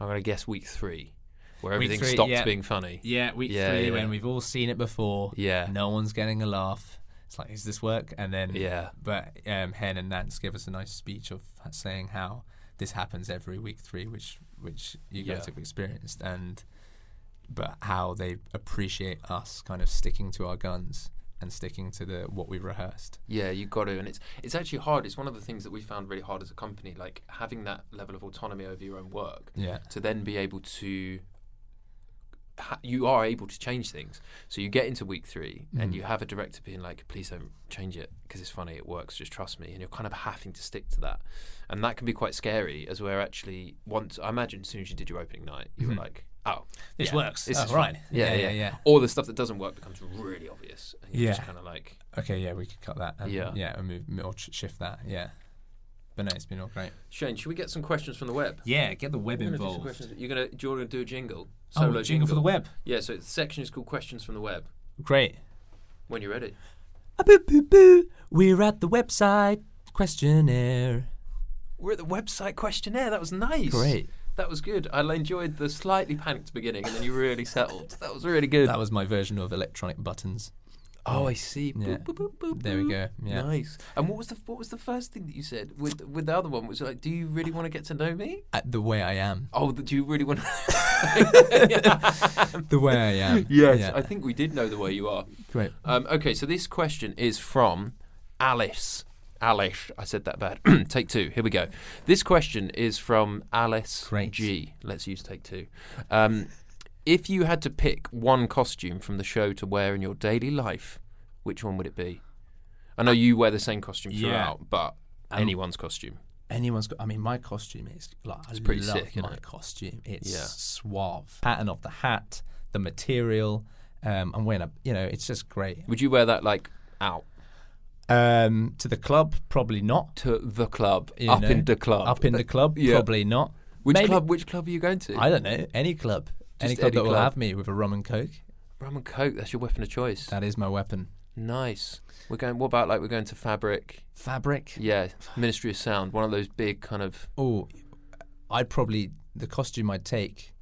Speaker 2: I'm gonna guess week three, where
Speaker 4: Week
Speaker 2: everything
Speaker 4: three,
Speaker 2: stopped
Speaker 4: yeah.
Speaker 2: being funny?
Speaker 4: Yeah, week
Speaker 2: Yeah,
Speaker 4: three
Speaker 2: yeah.
Speaker 4: when we've all seen it before.
Speaker 2: Yeah.
Speaker 4: No one's getting a laugh. It's like, is this work? And then
Speaker 2: Yeah.
Speaker 4: But um, Hen and Nance give us a nice speech of saying how this happens every week three, which which you guys
Speaker 2: Yeah.
Speaker 4: have experienced, and but how they appreciate us kind of sticking to our guns and sticking to the what we rehearsed.
Speaker 2: Yeah, you got to, and it's it's actually hard. It's one of the things that we found really hard as a company, like having that level of autonomy over your own work.
Speaker 4: Yeah.
Speaker 2: To then be able to, ha- you are able to change things. So you get into week three,
Speaker 4: Mm.
Speaker 2: and you have a director being like, "Please don't change it because it's funny. It works. Just trust me." And you're kind of having to stick to that, and that can be quite scary. As we're actually once, I imagine, as soon as you did your opening night, you were like, "Oh,
Speaker 4: Mm-hmm. This
Speaker 2: yeah,
Speaker 4: works.
Speaker 2: This
Speaker 4: Oh,
Speaker 2: is
Speaker 4: right.
Speaker 2: fine." Yeah,
Speaker 4: Yeah,
Speaker 2: yeah,
Speaker 4: yeah, yeah.
Speaker 2: All the stuff that doesn't work becomes really obvious, and you're just
Speaker 4: Yeah.
Speaker 2: kind of like.
Speaker 4: Okay, yeah, we could cut that. And,
Speaker 2: Yeah.
Speaker 4: Yeah, and move or sh- shift that. Yeah. But no, it's been all great.
Speaker 2: Shane, should we get some questions from the web?
Speaker 4: Yeah, get the web
Speaker 2: I'm gonna do some
Speaker 4: involved.
Speaker 2: questions. You're gonna do you want to do a jingle?
Speaker 4: Oh, jingle for the web.
Speaker 2: Yeah, so the section is called Questions from the Web.
Speaker 4: Great.
Speaker 2: When you're ready.
Speaker 4: Ah, boo, boo, boo. We're at the website questionnaire.
Speaker 2: We're at the website questionnaire. That was nice.
Speaker 4: Great.
Speaker 2: That was good. I enjoyed the slightly panicked beginning and then you really settled. That was really good.
Speaker 4: That was my version of electronic buttons.
Speaker 2: oh, I see. Boop,
Speaker 4: Yeah.
Speaker 2: boop, boop, boop,
Speaker 4: There we
Speaker 2: boop.
Speaker 4: go. Yeah.
Speaker 2: Nice. And what was the what was the first thing that you said with with the other one? Was it like, do you really want to get to know me?
Speaker 4: At the way I am.
Speaker 2: Oh, the, do you really want? to...
Speaker 4: The way I am. Yeah.
Speaker 2: I think we did know the way you are.
Speaker 4: Great.
Speaker 2: Um, okay, so this question is from Alice. Alice, I said that bad. take two. Here we go. This question is from Alice
Speaker 4: Great.
Speaker 2: G. Let's use take two. Um, if you had to pick one costume from the show to wear in your daily life, which one would it be? I know you wear the same costume
Speaker 4: Yeah. Um,
Speaker 2: throughout, but anyone's costume.
Speaker 4: Anyone's got. I mean, my costume is like. I
Speaker 2: pretty
Speaker 4: love
Speaker 2: sick, isn't
Speaker 4: my
Speaker 2: it?
Speaker 4: costume. It's
Speaker 2: Yeah.
Speaker 4: suave. Pattern of the hat, the material. Um, I'm wearing a. You know, it's just great.
Speaker 2: Would you wear that like out
Speaker 4: Um, to the club, probably not.
Speaker 2: to the club,
Speaker 4: you
Speaker 2: up
Speaker 4: know.
Speaker 2: in the club,
Speaker 4: Up in the club,
Speaker 2: Yeah.
Speaker 4: probably not.
Speaker 2: Which
Speaker 4: Maybe-
Speaker 2: club? Which club are you going to?
Speaker 4: I don't know. Any club. any
Speaker 2: Just
Speaker 4: club
Speaker 2: any
Speaker 4: that will
Speaker 2: club.
Speaker 4: have me with a rum and coke.
Speaker 2: Rum and coke. That's your weapon of choice.
Speaker 4: That is my weapon.
Speaker 2: Nice. We're going. What about like we're going to Fabric?
Speaker 4: Fabric.
Speaker 2: Yeah, Ministry of Sound. One of those big kind of.
Speaker 4: Oh, I'd probably the costume I'd take.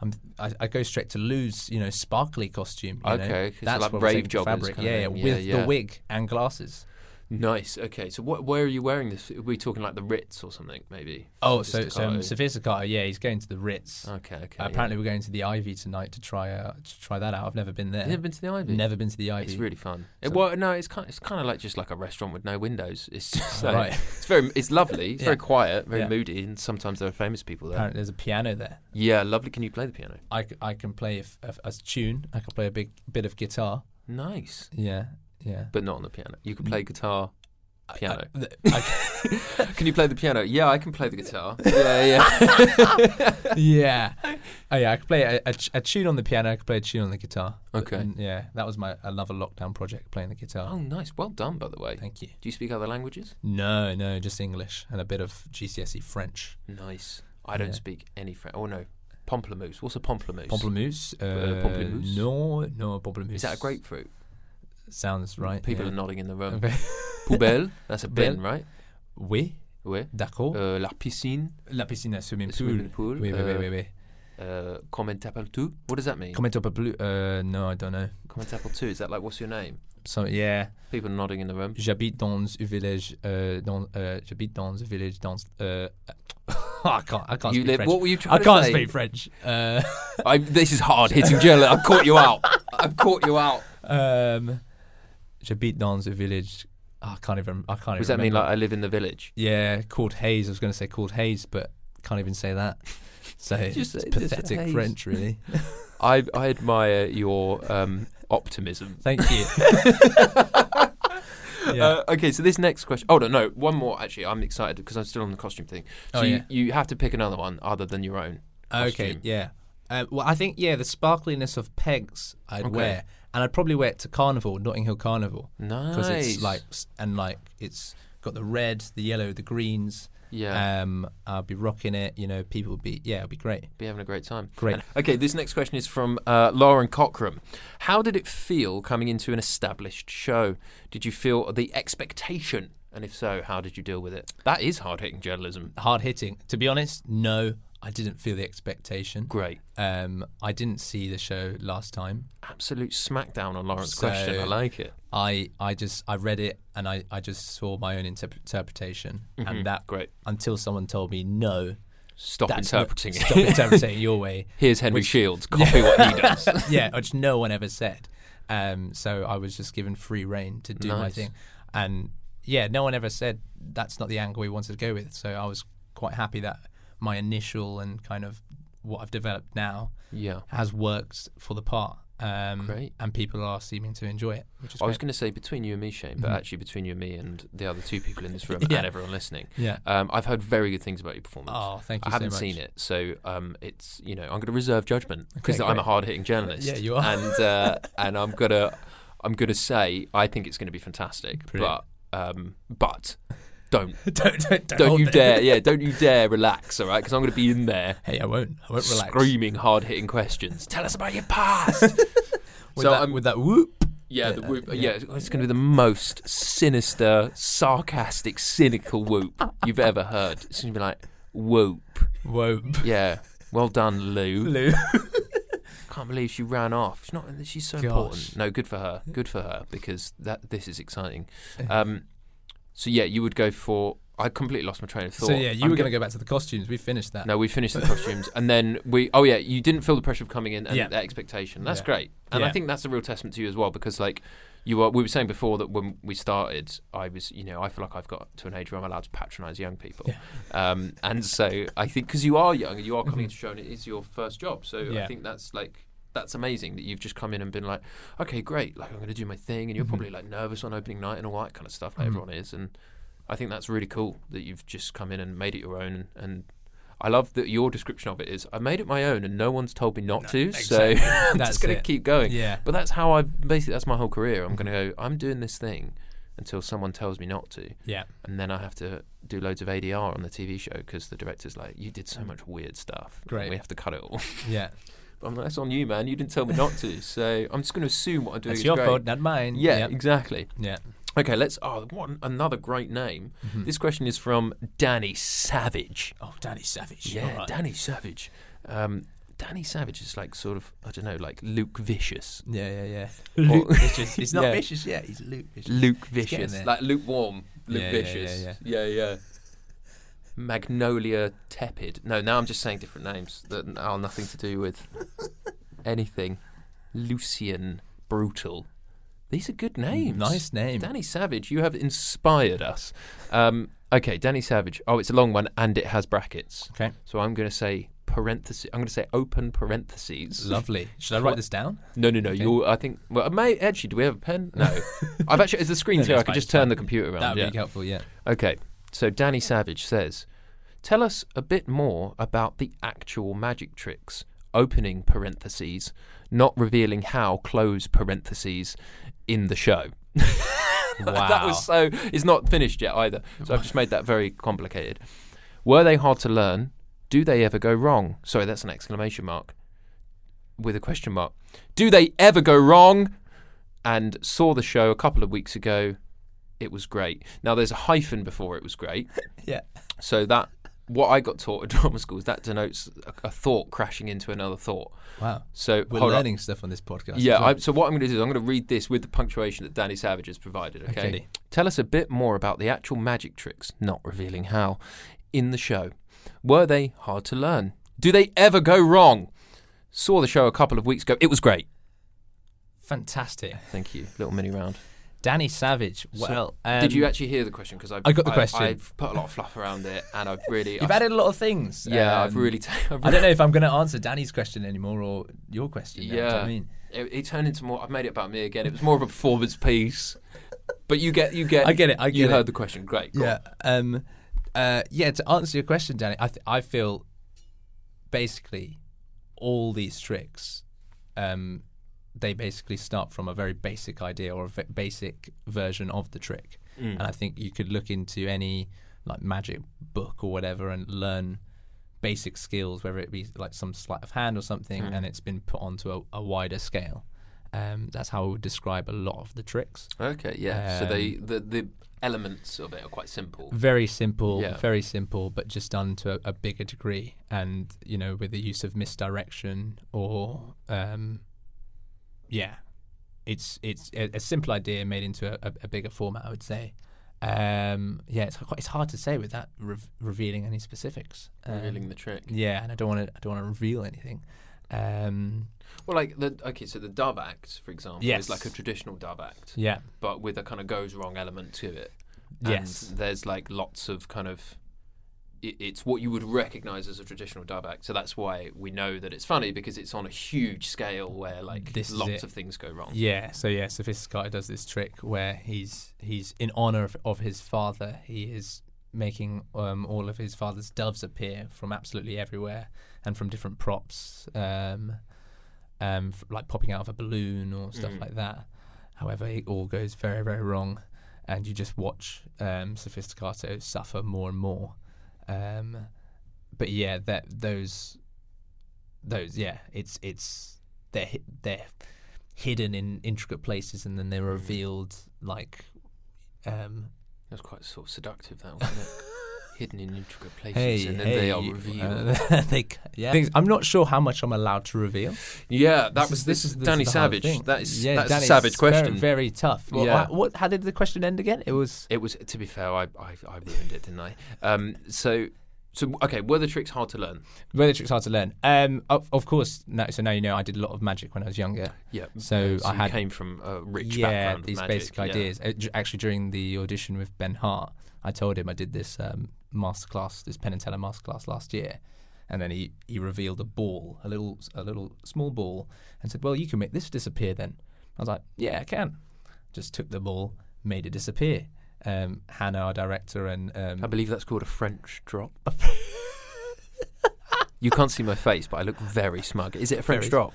Speaker 4: I'm, I, I go straight to Lou's, you know, sparkly costume. You
Speaker 2: Okay,
Speaker 4: know?
Speaker 2: 'cause like
Speaker 4: what I'm
Speaker 2: brave
Speaker 4: taking for
Speaker 2: joggers
Speaker 4: fabric.
Speaker 2: kinda
Speaker 4: Yeah, yeah,
Speaker 2: thing.
Speaker 4: with
Speaker 2: Yeah, yeah.
Speaker 4: the wig and glasses.
Speaker 2: Nice. Okay. So what? Where are you wearing this? Are we talking like the Ritz or something? Maybe.
Speaker 4: Oh,
Speaker 2: Just
Speaker 4: so
Speaker 2: to
Speaker 4: so um,
Speaker 2: go-
Speaker 4: Sophia Sakata, yeah, he's going to the Ritz. Uh,
Speaker 2: Okay. Okay.
Speaker 4: Apparently, we're going to the Ivy tonight to try uh, to try that out. I've never been there.
Speaker 2: You've never been to the Ivy?
Speaker 4: Never been to the Ivy.
Speaker 2: It's really fun. It, well, no, it's kind. It's kind of like just like a restaurant with no windows. It's just like,
Speaker 4: Right.
Speaker 2: It's very. It's lovely. It's very
Speaker 4: Yeah.
Speaker 2: quiet. Very
Speaker 4: Yeah.
Speaker 2: moody. And sometimes there are famous people there.
Speaker 4: Apparently, there's a piano there.
Speaker 2: Yeah. Lovely. Can you play the piano?
Speaker 4: I, c- I can play if- if- a tune. I can play a big bit of guitar.
Speaker 2: Nice.
Speaker 4: Yeah, yeah.
Speaker 2: But not on the piano. You can play guitar. Piano.
Speaker 4: Mm. I- I-
Speaker 2: Can you play the piano? Yeah, I can play the guitar. yeah, yeah.
Speaker 4: yeah. Oh, yeah, I could play a, a, t- a tune on the piano. I could play a tune on the guitar.
Speaker 2: Okay.
Speaker 4: And, yeah, that was my another lockdown project, playing the guitar.
Speaker 2: Oh, nice. Well done, by the way.
Speaker 4: Thank you.
Speaker 2: Do you speak other languages?
Speaker 4: No, no, just English and a bit of GCSE E French.
Speaker 2: Nice. I don't
Speaker 4: Yeah.
Speaker 2: speak any French. Oh no, pamplemousse. What's a pamplemousse?
Speaker 4: Pamplemousse? Uh,
Speaker 2: pamplemousse?
Speaker 4: No, no pamplemousse.
Speaker 2: Is that a grapefruit?
Speaker 4: Sounds right.
Speaker 2: People
Speaker 4: yeah.
Speaker 2: are nodding in the room.
Speaker 4: Okay.
Speaker 2: Poubelle. That's a bin,
Speaker 4: Poubelle.
Speaker 2: right?
Speaker 4: Oui,
Speaker 2: Oui.
Speaker 4: d'accord.
Speaker 2: Uh, la piscine.
Speaker 4: La piscine à swimming pool.
Speaker 2: swimming pool,
Speaker 4: Oui, oui, oui,
Speaker 2: uh,
Speaker 4: oui, oui.
Speaker 2: Uh, comment t'appelles-tu? What does that mean?
Speaker 4: Comment on peut plus? Uh, no, I don't know.
Speaker 2: comment t'appelles-tu? Is that like what's your name?
Speaker 4: So yeah,
Speaker 2: People are nodding in the room.
Speaker 4: j'habite dans un village. Uh, dans, uh, j'habite dans un village dans. Uh, I can't. I can't
Speaker 2: You
Speaker 4: speak
Speaker 2: live-
Speaker 4: French.
Speaker 2: what were you trying
Speaker 4: I
Speaker 2: to
Speaker 4: can't
Speaker 2: say?
Speaker 4: speak French. Uh,
Speaker 2: I, this is hard hitting journalism. I've caught you out. I've caught you out.
Speaker 4: um, j'habite dans un village. I can't even. I can't.
Speaker 2: Does
Speaker 4: even
Speaker 2: that mean
Speaker 4: remember.
Speaker 2: like I live in the village?
Speaker 4: Yeah, called Hayes. I was going to say called Hayes, but can't even say that. So
Speaker 2: Just
Speaker 4: it's
Speaker 2: say this,
Speaker 4: pathetic
Speaker 2: Hayes.
Speaker 4: French, really.
Speaker 2: I I admire your um, optimism.
Speaker 4: Thank you. yeah.
Speaker 2: Uh, okay, so this next question. Oh no, no, one more actually. I'm excited because I'm still on the costume thing. So
Speaker 4: Oh,
Speaker 2: you,
Speaker 4: yeah.
Speaker 2: you have to pick another one other than your own.
Speaker 4: Okay,
Speaker 2: costume.
Speaker 4: yeah. Um, well, I think yeah, the sparkliness of pegs I'd
Speaker 2: Okay.
Speaker 4: wear, and I'd probably wear it to carnival, Notting Hill Carnival, because
Speaker 2: Nice.
Speaker 4: it's like s- and like it's got the red, the yellow, the greens,
Speaker 2: Yeah.
Speaker 4: Um, I'll be rocking it. You know, people will be, yeah, it'll be great.
Speaker 2: Be having a great time.
Speaker 4: Great.
Speaker 2: And- okay, this next question is from uh, Lauren Cockram. How did it feel coming into an established show? Did you feel the expectation? And if so, how did you deal with it? That is hard hitting journalism.
Speaker 4: Hard hitting. To be honest, no, I didn't feel the expectation.
Speaker 2: Great.
Speaker 4: Um, I didn't see the show last time.
Speaker 2: Absolute smackdown on Lauren's question.
Speaker 4: So-
Speaker 2: I like it.
Speaker 4: I, I just I read it and I, I just saw my own interp- interpretation and that
Speaker 2: Mm-hmm. Great.
Speaker 4: until someone told me no
Speaker 2: Stop
Speaker 4: that's not-
Speaker 2: interpreting it.
Speaker 4: stop interpreting it your way
Speaker 2: Here's Henry Shields. Copy what he does.
Speaker 4: yeah, which no one ever said. Um, so I was just given free reign to do my
Speaker 2: Nice.
Speaker 4: thing, and yeah, no one ever said that's not the angle we wanted to go with. So I was quite happy that my initial and kind of what I've developed now
Speaker 2: Yeah.
Speaker 4: has worked for the part. Um,
Speaker 2: Great.
Speaker 4: and people are seeming to enjoy it, which is
Speaker 2: I was
Speaker 4: great. Mm-hmm.
Speaker 2: going to say between you and me, Shane, but actually between you and me and the other two people in this room
Speaker 4: Yeah.
Speaker 2: and everyone listening,
Speaker 4: Yeah.
Speaker 2: um, I've heard very good things about your performance.
Speaker 4: Oh, thank you
Speaker 2: I
Speaker 4: so
Speaker 2: haven't
Speaker 4: much.
Speaker 2: seen it, so um, it's you know I'm going to reserve judgment because
Speaker 4: Okay,
Speaker 2: I'm a
Speaker 4: great.
Speaker 2: hard-hitting journalist.
Speaker 4: Yeah, you are.
Speaker 2: and uh, and I'm gonna I'm gonna say I think it's going to be fantastic,
Speaker 4: Brilliant.
Speaker 2: but um, but don't.
Speaker 4: don't don't don't,
Speaker 2: Don't
Speaker 4: hold
Speaker 2: you
Speaker 4: it.
Speaker 2: dare, yeah! Don't you dare relax, all right? Because I'm going to be in there
Speaker 4: Hey, I won't. I won't relax.
Speaker 2: screaming hard-hitting questions. Tell us about your past.
Speaker 4: With
Speaker 2: so um,
Speaker 4: that,
Speaker 2: I'm-
Speaker 4: with that whoop.
Speaker 2: Yeah,
Speaker 4: uh,
Speaker 2: the whoop. uh, Yeah, it's going to be the most sinister, sarcastic, cynical whoop you've ever heard. It's going to be like whoop.
Speaker 4: Whoop.
Speaker 2: Yeah, well done, Lou.
Speaker 4: Lou.
Speaker 2: Can't believe she ran off. She's not. She's so
Speaker 4: Gosh.
Speaker 2: important. No, good for her. Good for her because that this is exciting. Um, so yeah, you would go for. I completely lost my train of thought.
Speaker 4: So yeah, you
Speaker 2: I'm
Speaker 4: were going to go back to the costumes. We finished that.
Speaker 2: No, we finished the costumes, and then we. Oh yeah, you didn't feel the pressure of coming in and
Speaker 4: Yeah.
Speaker 2: that expectation. That's
Speaker 4: Yeah.
Speaker 2: great, and I
Speaker 4: Yeah.
Speaker 2: think that's a real testament to you as well, because like you were, we were saying before that when we started, I was, you know, I feel like I've got to an age where I'm allowed to patronise young people, um, and so I think because you are young, and you are coming to show, and it is your first job, so I
Speaker 4: Mm-hmm. Yeah.
Speaker 2: think that's like. That's amazing that you've just come in and been like, okay, great. Like I'm going to do my thing, and
Speaker 4: Mm-hmm.
Speaker 2: you're probably like nervous on opening night and all that kind of stuff. Like everyone is, and I think that's really cool that you've just come in and made it your own. And I love that your description of it is I made it my own and no one's told me not to. So I'm
Speaker 4: That's
Speaker 2: just going to
Speaker 4: it.
Speaker 2: keep going.
Speaker 4: Yeah.
Speaker 2: But that's how I basically, that's my whole career. I'm going to go, I'm doing this thing until someone tells me not to.
Speaker 4: Yeah.
Speaker 2: And then I have to do loads of ADR on the TV show because the director's like, you did so much weird stuff.
Speaker 4: Great.
Speaker 2: We have to cut it all.
Speaker 4: Yeah.
Speaker 2: but I'm like, that's on you, man. You didn't tell me not to. So I'm just going to assume what I'm doing
Speaker 4: It's
Speaker 2: is
Speaker 4: your
Speaker 2: great.
Speaker 4: fault, not mine.
Speaker 2: Yeah,
Speaker 4: Yep.
Speaker 2: exactly.
Speaker 4: Yeah.
Speaker 2: Okay, let's. Oh, what an- another great name.
Speaker 4: Mm-hmm.
Speaker 2: This question is from Danny Savage.
Speaker 4: Oh, Danny Savage.
Speaker 2: Yeah,
Speaker 4: Alright.
Speaker 2: Danny Savage. Um, Danny Savage is like sort of I don't know, like Luke Vicious.
Speaker 4: Yeah, yeah, yeah.
Speaker 2: Luke
Speaker 4: vicious. He's
Speaker 2: not
Speaker 4: not
Speaker 2: Yeah.
Speaker 4: vicious yet. He's Luke vicious.
Speaker 2: Luke
Speaker 4: getting
Speaker 2: Vicious,
Speaker 4: there.
Speaker 2: like lukewarm. Luke
Speaker 4: Yeah, yeah, yeah,
Speaker 2: Vicious. yeah. Magnolia Tepid. No, now I'm just saying different names that are nothing to do with anything. Lucian Brutal. These are good names.
Speaker 4: Nice name.
Speaker 2: Danny Savage, you have inspired us. Um, okay, Danny Savage. Oh, it's a long one and it has brackets.
Speaker 4: Okay.
Speaker 2: So I'm going to say parentheses. I'm going to say open parentheses.
Speaker 4: Lovely. Should I write this down?
Speaker 2: No, no, no. You, I think. Well, I may actually. Do we have a pen? No. I've actually. Is the screen
Speaker 4: No,
Speaker 2: clear?
Speaker 4: no,
Speaker 2: I
Speaker 4: it's
Speaker 2: could
Speaker 4: fine,
Speaker 2: just
Speaker 4: it's
Speaker 2: turn
Speaker 4: fine.
Speaker 2: the computer
Speaker 4: That
Speaker 2: around.
Speaker 4: would
Speaker 2: Yeah.
Speaker 4: be helpful. Yeah.
Speaker 2: Okay. So Danny Savage says, "Tell us a bit more about the actual magic tricks." Opening parentheses, not revealing how. Close parentheses, in the show. that
Speaker 4: Wow.
Speaker 2: was so. It's not finished yet either. So I've just made that very complicated. Were they hard to learn? Do they ever go wrong? Sorry, that's an exclamation mark with a question mark. Do they ever go wrong? And saw the show a couple of weeks ago. It was great. Now there's a hyphen before it was great.
Speaker 4: Yeah.
Speaker 2: So that what I got taught at drama school is that denotes a, a thought crashing into another thought.
Speaker 4: Wow.
Speaker 2: So
Speaker 4: We're
Speaker 2: hold on.
Speaker 4: learning stuff on this podcast. as
Speaker 2: Yeah.
Speaker 4: well.
Speaker 2: I, so what I'm going to do is I'm going to read this with the punctuation that Danny Savage has provided. Okay?
Speaker 4: Okay.
Speaker 2: Tell us a bit more about the actual magic tricks, not revealing how, in the show. Were they hard to learn? Do they ever go wrong? Saw the show a couple of weeks ago. It was great.
Speaker 4: Fantastic.
Speaker 2: Thank you. Little mini round.
Speaker 4: Danny Savage.
Speaker 2: So,
Speaker 4: Well, um,
Speaker 2: did you actually hear the question? Because
Speaker 4: I got the question.
Speaker 2: I've put a lot of fluff around it, and I've really.
Speaker 4: You've
Speaker 2: I've-
Speaker 4: added a lot of things.
Speaker 2: Yeah, I've
Speaker 4: Um,
Speaker 2: really. ta- I've
Speaker 4: I don't know
Speaker 2: really-
Speaker 4: if I'm going to answer Danny's question anymore or your question. now, do you know what
Speaker 2: Yeah.
Speaker 4: I mean,
Speaker 2: It, it turned into more. I've made it about me again. It was more of a performance piece. But you get, you get.
Speaker 4: I get it, I
Speaker 2: you
Speaker 4: get it.
Speaker 2: heard the question. Great. go on.
Speaker 4: Yeah. Um, uh, yeah. To answer your question, Danny, I th- I feel basically all these tricks, um, they basically start from a very
Speaker 2: Mm.
Speaker 4: basic idea or a v- basic version of the trick, and I think you could look into any like magic book or whatever and learn basic skills, whether it be like some sleight of hand or something,
Speaker 2: Mm.
Speaker 4: and it's been put onto a, a wider scale. Um, that's how I would describe a lot of the tricks.
Speaker 2: Okay, yeah. so
Speaker 4: Um,
Speaker 2: they the the elements of it are quite simple.
Speaker 4: Very simple,
Speaker 2: Yeah.
Speaker 4: very simple, but just done to a, a bigger degree, and you know, with the use of misdirection or, um, yeah, it's it's a, a simple idea made into a, a, a bigger format. I would say, um, yeah, it's quite, it's hard to say without rev revealing any specifics. Um,
Speaker 2: Revealing the trick.
Speaker 4: yeah, and I don't want to I don't want to reveal anything. Um,
Speaker 2: Well, like the okay, so the dove act, for example,
Speaker 4: Yes.
Speaker 2: is like a traditional dove act,
Speaker 4: yeah,
Speaker 2: but with a kind of goes wrong element to it.
Speaker 4: Yes.
Speaker 2: and there's like lots of kind of. i- It's what you would recognise as a traditional dove act, so that's why we know that it's funny because it's on a huge scale where like
Speaker 4: This is
Speaker 2: lots
Speaker 4: it.
Speaker 2: of things go wrong.
Speaker 4: Yeah, so yeah, Sophisticated does this trick where he's he's in honor of, of his father. He is making um, all of his father's doves appear from absolutely everywhere and from different props, um, um, f- like popping out of a balloon or stuff like that. However, it all goes very very wrong, and you just watch um, Sophisticato suffer more and more. Um, but yeah, that those those yeah, it's it's they're hi- they're hidden in intricate places and then they're revealed like um
Speaker 2: That's quite sort of seductive, that wasn't it? Hidden in intricate places, and then they are revealed.
Speaker 4: uh, they c- yeah things i'm not sure how much i'm allowed to reveal
Speaker 2: yeah, that
Speaker 4: This
Speaker 2: was this,
Speaker 4: is- this
Speaker 2: is
Speaker 4: is- this
Speaker 2: Danny
Speaker 4: is the hard
Speaker 2: Savage.
Speaker 4: thing.
Speaker 2: That is
Speaker 4: yeah
Speaker 2: that's
Speaker 4: Danny,
Speaker 2: a savage
Speaker 4: it's very-
Speaker 2: question.
Speaker 4: very, tough well,
Speaker 2: Yeah.
Speaker 4: yeah. what how did the question end again it was
Speaker 2: It was to be fair, I I, I ruined it, didn't I? Um, so so okay, were the tricks hard to learn?
Speaker 4: whether tricks hard to learn um of, of course now, so now you know i did a lot of magic when i was younger
Speaker 2: Yeah.
Speaker 4: So I
Speaker 2: you
Speaker 4: had-
Speaker 2: came from a rich
Speaker 4: yeah,
Speaker 2: background. of
Speaker 4: these
Speaker 2: magic,
Speaker 4: basic
Speaker 2: yeah.
Speaker 4: ideas. Uh, ju- Actually, during the audition with Ben Hart, I told him I did this um, masterclass, this Penn and Teller masterclass last year, and then he, he revealed a ball, a little a little small ball, and said, "Well, you can make this disappear." Then I was like, "Yeah, I can." Just took the ball, made it disappear. Um, Hannah, our director, and um,
Speaker 2: I believe that's called a French drop. you can't see my face, but I look very smug. Is it a French
Speaker 4: Very-
Speaker 2: drop?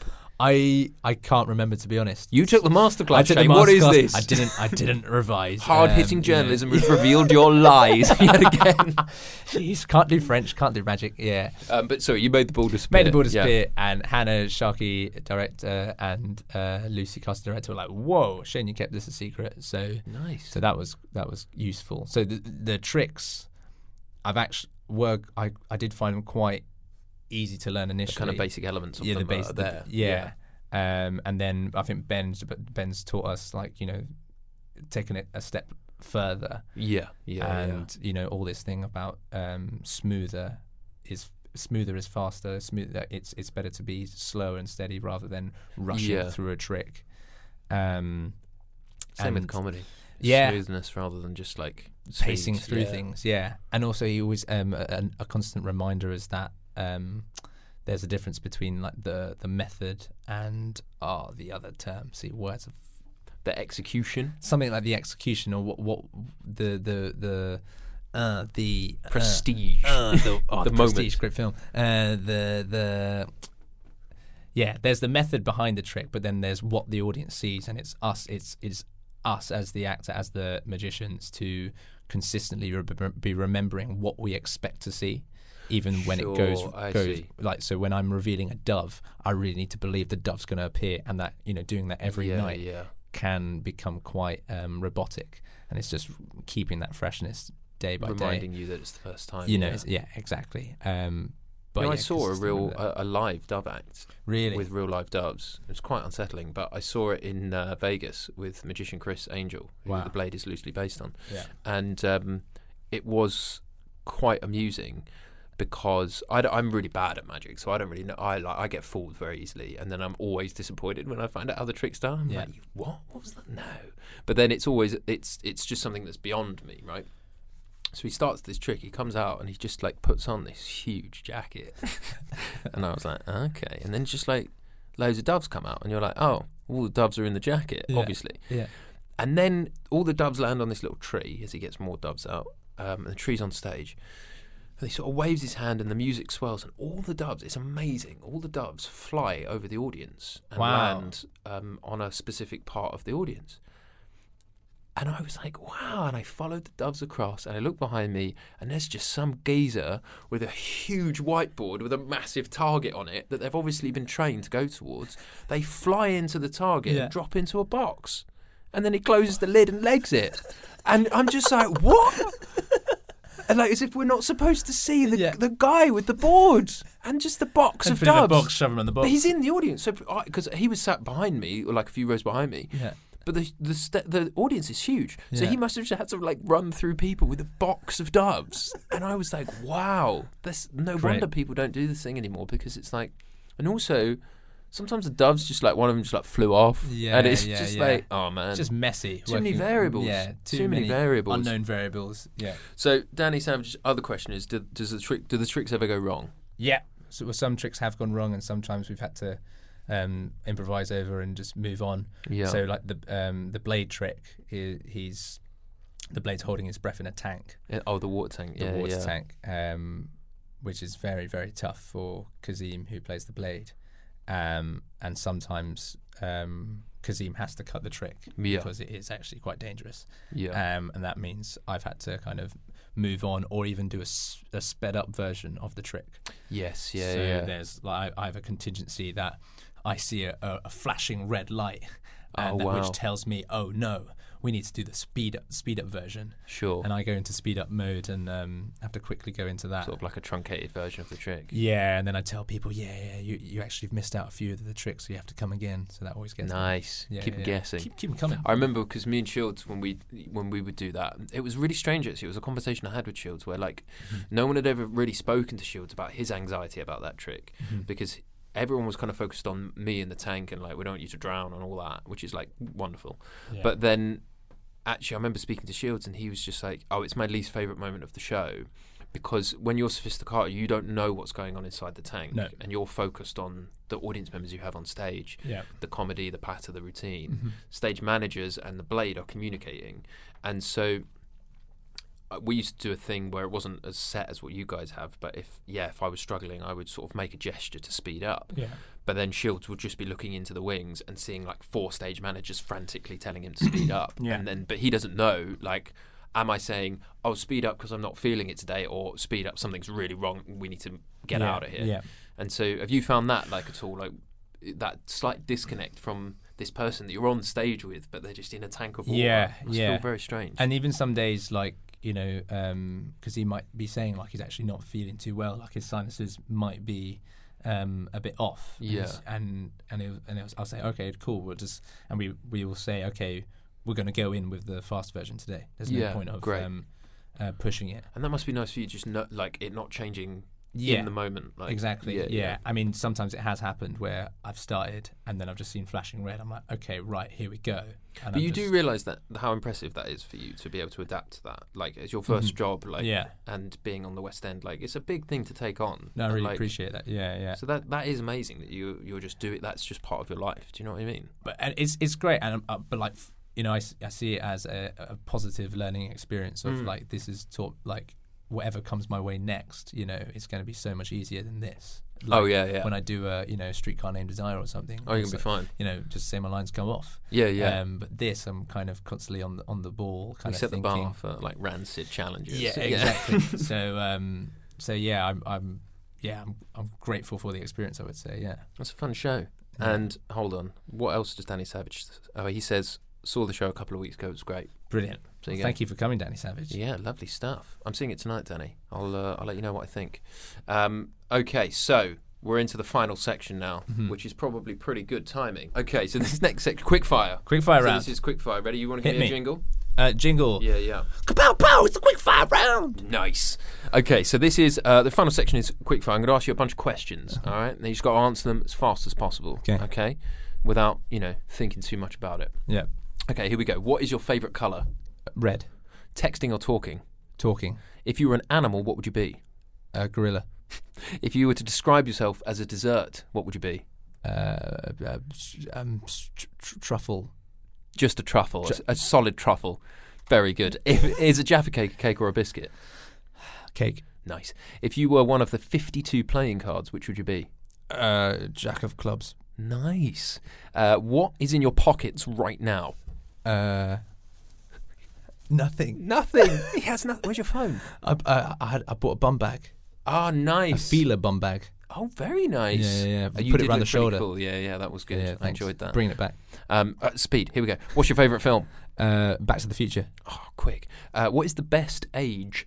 Speaker 4: I I can't remember to be honest.
Speaker 2: You took the masterclass.
Speaker 4: I took the
Speaker 2: Shane. What is this?
Speaker 4: masterclass. I didn't. I didn't revise.
Speaker 2: Hard hitting
Speaker 4: Um, yeah.
Speaker 2: journalism has revealed your lies yet again.
Speaker 4: Jeez, can't do French. Can't do magic. Yeah.
Speaker 2: um, but sorry, you made the ball disappear.
Speaker 4: Made the Borders
Speaker 2: Yeah.
Speaker 4: Beer and Hannah Sharkey, director, and uh, Lucy Costa, director, were like, "Whoa, Shane, you kept this a secret." So
Speaker 2: Nice.
Speaker 4: So that was that was useful. So the the tricks, I've actually work. I I did find them quite easy to learn initially.
Speaker 2: kind of basic elements of them uh,
Speaker 4: base-
Speaker 2: are there.
Speaker 4: Yeah. Um, and then I think Ben's but Ben's taught us like you know, taking it a step further
Speaker 2: Yeah, yeah,
Speaker 4: and you know all this thing about um, smoother is smoother is faster. Smooth, uh, it's it's better to be slow and steady rather than rushing
Speaker 2: Yeah.
Speaker 4: through a trick. Um,
Speaker 2: yeah. Same with
Speaker 4: and
Speaker 2: comedy.
Speaker 4: Yeah.
Speaker 2: Smoothness rather than just like
Speaker 4: pacing
Speaker 2: speed.
Speaker 4: through
Speaker 2: Yeah.
Speaker 4: things, yeah. And also, he always um, a, an- a constant reminder is that um, there's a difference between like the the method and ah the other term. See, words of
Speaker 2: The execution.
Speaker 4: something like the execution or what what the the the uh, the uh,
Speaker 2: Prestige.
Speaker 4: uh, the, oh,
Speaker 2: The
Speaker 4: the,
Speaker 2: moment.
Speaker 4: prestige great film. Uh, the the yeah, there's the method behind the trick, but then there's what the audience sees, and it's us. It's it's us as the actor, as the magicians, to consistently re- be remembering what we expect to see, even when it goes
Speaker 2: Sure, I
Speaker 4: goes
Speaker 2: see.
Speaker 4: like so. When I'm revealing a dove, I really need to believe the dove's going to appear, and that you know doing that every
Speaker 2: Yeah,
Speaker 4: night
Speaker 2: yeah.
Speaker 4: can become quite um, robotic, and it's just keeping that freshness day by day
Speaker 2: reminding you that it's the first time.
Speaker 4: you know,
Speaker 2: yeah.
Speaker 4: it's- yeah, exactly. Um, but
Speaker 2: You know, I
Speaker 4: yeah,
Speaker 2: saw a
Speaker 4: consistent
Speaker 2: real
Speaker 4: with that.
Speaker 2: a, a live dove act.
Speaker 4: Really?
Speaker 2: With real live doves. It was quite unsettling, but I saw it in uh, Vegas with magician Chris Angel, who
Speaker 4: Wow.
Speaker 2: the blade is loosely based on.
Speaker 4: Yeah.
Speaker 2: And um, it was quite amusing because I am really bad at magic, so I don't really know. I like I get fooled very easily, and then I'm always disappointed when I find out how the trick's done. I'm
Speaker 4: Yeah.
Speaker 2: like, "You- what? What was that? No. But then it's always it's it's just something that's beyond me, right? So he starts this trick. He comes out and he just like puts on this huge jacket, and I was like, okay. And then just like loads of doves come out, and you're like, oh, all the doves are in the jacket, obviously.
Speaker 4: yeah.
Speaker 2: And then all the doves land on this little tree as he gets more doves out. Um, and the tree's on stage. And he sort of waves his hand, and the music swells, and all the doves, it's amazing, all the doves fly over the audience and
Speaker 4: Wow.
Speaker 2: land um, on a specific part of the audience. And I was like, wow. And I followed the doves across and I looked behind me and there's just some geezer with a huge whiteboard with a massive target on it that they've obviously been trained to go towards. They fly into the target
Speaker 4: Yeah.
Speaker 2: and drop into a box. And then he closes the lid and legs it. And I'm just like, what? And like as if we're not supposed to see the,
Speaker 4: Yeah.
Speaker 2: the guy with the board and just the box
Speaker 4: And
Speaker 2: of
Speaker 4: put him in a
Speaker 2: dubs.
Speaker 4: box, shove him in the
Speaker 2: But
Speaker 4: box.
Speaker 2: he's in the audience, so because he was sat behind me, or like a few rows behind me.
Speaker 4: Yeah.
Speaker 2: But the the, st- the audience is huge, so
Speaker 4: Yeah.
Speaker 2: he must have just had to like run through people with a box of doves. and I was like, wow, this no
Speaker 4: Great.
Speaker 2: wonder people don't do this thing anymore because it's like, and also. Sometimes the doves just like one of them just like flew off,
Speaker 4: Yeah,
Speaker 2: and it's
Speaker 4: yeah,
Speaker 2: just
Speaker 4: yeah.
Speaker 2: like, oh man,
Speaker 4: It's just messy.
Speaker 2: Too many
Speaker 4: working-
Speaker 2: variables.
Speaker 4: Yeah, too,
Speaker 2: Too many variables.
Speaker 4: Unknown variables. Yeah.
Speaker 2: So Danny Savage's other question is: do, Does the trick? Do the tricks ever go wrong?
Speaker 4: Yeah. So well, some tricks have gone wrong, and sometimes we've had to um, improvise over and just move on.
Speaker 2: Yeah.
Speaker 4: So like the um, the blade trick, he, he's the blade's holding his breath in a tank,
Speaker 2: Yeah, Oh, the water tank.
Speaker 4: the
Speaker 2: yeah,
Speaker 4: water
Speaker 2: yeah.
Speaker 4: tank, um, which is very very tough for Kazim who plays the blade, um, and sometimes um, Kazim has to cut the trick
Speaker 2: Yeah.
Speaker 4: because it is actually quite dangerous.
Speaker 2: Yeah.
Speaker 4: Um, and that means I've had to kind of move on or even do a, s- a sped up version of the trick.
Speaker 2: yes. Yeah.
Speaker 4: so
Speaker 2: yeah.
Speaker 4: there's like I I have a contingency that I see a, a, a flashing red light, and
Speaker 2: Oh,
Speaker 4: that-
Speaker 2: wow.
Speaker 4: which tells me, oh no, we need to do the speed up speed up version.
Speaker 2: Sure.
Speaker 4: And I go into speed up mode and um, have to quickly go into that.
Speaker 2: sort of like a truncated version of the trick.
Speaker 4: yeah, and then I tell people, yeah, yeah, you, you actually have missed out a few of the tricks, so you have to come again. So that always gets them.
Speaker 2: Nice.
Speaker 4: Yeah,
Speaker 2: keep
Speaker 4: yeah.
Speaker 2: guessing.
Speaker 4: Keep, keep 'em coming.
Speaker 2: I remember because me and Shields when we when we would do that, it was really strange. Actually, it was a conversation I had with Shields where like
Speaker 4: Mm-hmm.
Speaker 2: no one had ever really spoken to Shields about his anxiety about that trick
Speaker 4: Mm-hmm.
Speaker 2: because everyone was kind of focused on me and the tank and like we don't want you to drown and all that, which is like wonderful. But then actually, I remember speaking to Shields and he was just like, "Oh, it's my least favorite moment of the show." Because when you're sophisticated, you don't know what's going on inside the tank,
Speaker 4: No.
Speaker 2: and you're focused on the audience members you have on stage
Speaker 4: Yeah. Mm-hmm.
Speaker 2: the comedy, the patter, the routine. Stage managers and the blade are communicating, and so uh, we used to do a thing where it wasn't as set as what you guys have. But if yeah, if I was struggling, I would sort of make a gesture to speed up.
Speaker 4: Yeah.
Speaker 2: But then Shields would just be looking into the wings and seeing like four stage managers frantically telling him to speed up.
Speaker 4: Yeah.
Speaker 2: And then, but he doesn't know like. Am I saying I'll speed up because I'm not feeling it today, or speed up something's really wrong? We need to get
Speaker 4: Yeah,
Speaker 2: out of here.
Speaker 4: yeah.
Speaker 2: And so, have you found that like at all, like that slight disconnect from this person that you're on stage with, but they're just in a tank of water?
Speaker 4: Yeah,
Speaker 2: Must
Speaker 4: yeah.
Speaker 2: Feel very strange.
Speaker 4: And even some days, like you know, because he might be saying like he's actually not feeling too well, like his sinuses might be um, a bit off. And
Speaker 2: Yeah.
Speaker 4: he's- And and it, and it was, I'll say, okay, cool. We'll just and we we will say, okay, we're going to go in with the fast version today. There's no
Speaker 2: Yeah,
Speaker 4: point of
Speaker 2: great.
Speaker 4: um, uh, pushing it.
Speaker 2: And that must be nice for you, just not, like it not changing
Speaker 4: Yeah.
Speaker 2: in the moment. Like,
Speaker 4: exactly. Yeah, I mean, sometimes it has happened where I've started and then I've just seen flashing red. I'm like, okay, right, here we go. And
Speaker 2: But you do realise that how impressive that is for you to be able to adapt to that. Like, as your 1st job, like,
Speaker 4: Mm-hmm. Yeah.
Speaker 2: and being on the West End, like, it's a big thing to take on.
Speaker 4: No, I
Speaker 2: And,
Speaker 4: really
Speaker 2: like,
Speaker 4: appreciate that. Yeah, yeah.
Speaker 2: So that that is amazing that you you're just doing. That's just part of your life. Do you know what I mean?
Speaker 4: but and it's it's great and uh, but like f- you know I, s- I see it as a, a positive learning experience
Speaker 2: Mm.
Speaker 4: of like this is taught like whatever comes my way next you know it's going to be so much easier than this
Speaker 2: Oh,
Speaker 4: Like,
Speaker 2: yeah, yeah.
Speaker 4: when I do a you know streetcar named Desire or something
Speaker 2: Oh, you're gonna
Speaker 4: it's
Speaker 2: be
Speaker 4: like,
Speaker 2: fine.
Speaker 4: you know just say my lines come off
Speaker 2: Yeah, yeah.
Speaker 4: um, but this I'm kind of constantly on the, on the ball
Speaker 2: We
Speaker 4: kind
Speaker 2: set
Speaker 4: of thinking
Speaker 2: the bar for like rancid challenges.
Speaker 4: yeah exactly so um so yeah I'm I'm yeah I'm I'm grateful for the experience I would say yeah
Speaker 2: That's a fun show. And hold on, what else does Danny Savage? Oh, he says saw the show a couple of weeks ago. It was great.
Speaker 4: brilliant
Speaker 2: So you go.
Speaker 4: thank you for coming Danny Savage
Speaker 2: Yeah, lovely stuff. I'm seeing it tonight, Danny. I'll uh, I'll let you know what I think. Um, okay, so we're into the final section now, which is probably pretty good timing. Okay, so this next section, quickfire.
Speaker 4: Quickfire
Speaker 2: so
Speaker 4: round.
Speaker 2: This is quickfire. Ready? You want to give
Speaker 4: Hit
Speaker 2: me a
Speaker 4: me.
Speaker 2: jingle?
Speaker 4: uh, jingle
Speaker 2: Yeah, yeah.
Speaker 4: Kapow pow! It's a quick fire round.
Speaker 2: Nice. Okay, so this is uh, the final section is quickfire. I'm going to ask you a bunch of questions. All right, and you just got to answer them as fast as possible.
Speaker 4: 'Kay.
Speaker 2: Okay, without you know thinking too much about it.
Speaker 4: Yeah.
Speaker 2: Okay, here we go. What is your favorite color?
Speaker 4: Red.
Speaker 2: Texting or talking?
Speaker 4: Talking.
Speaker 2: If you were an animal, what would you be?
Speaker 4: Uh, gorilla.
Speaker 2: If you were to describe yourself as a dessert, what would you be?
Speaker 4: Uh, uh, s- um, s- tr- tr- truffle.
Speaker 2: Just a truffle, a s- a, solid truffle. Very good. If, is a Jaffa cake a cake or a biscuit?
Speaker 4: Cake.
Speaker 2: Nice. If you were one of the 52 playing cards, which would you be?
Speaker 4: Uh, jack of clubs.
Speaker 2: Nice. Uh, what is in your pockets right now?
Speaker 4: Uh, Nothing.
Speaker 2: Nothing. he has nothing. Where's your phone?
Speaker 4: I, I, I had I bought a bum bag,
Speaker 2: Ah,
Speaker 4: a
Speaker 2: nice.
Speaker 4: feeler bum bag.
Speaker 2: Oh, very nice.
Speaker 4: Yeah, yeah, yeah.
Speaker 2: Uh,
Speaker 4: You
Speaker 2: You
Speaker 4: put it
Speaker 2: did
Speaker 4: around
Speaker 2: look pretty
Speaker 4: the shoulder.
Speaker 2: Cool. Yeah, yeah, that was good. I
Speaker 4: thanks.
Speaker 2: enjoyed that.
Speaker 4: Bringing it back.
Speaker 2: um, uh, speed. Here we go. What's your favourite film?
Speaker 4: Uh, back to the Future.
Speaker 2: Oh, quick. Uh, what is the best age?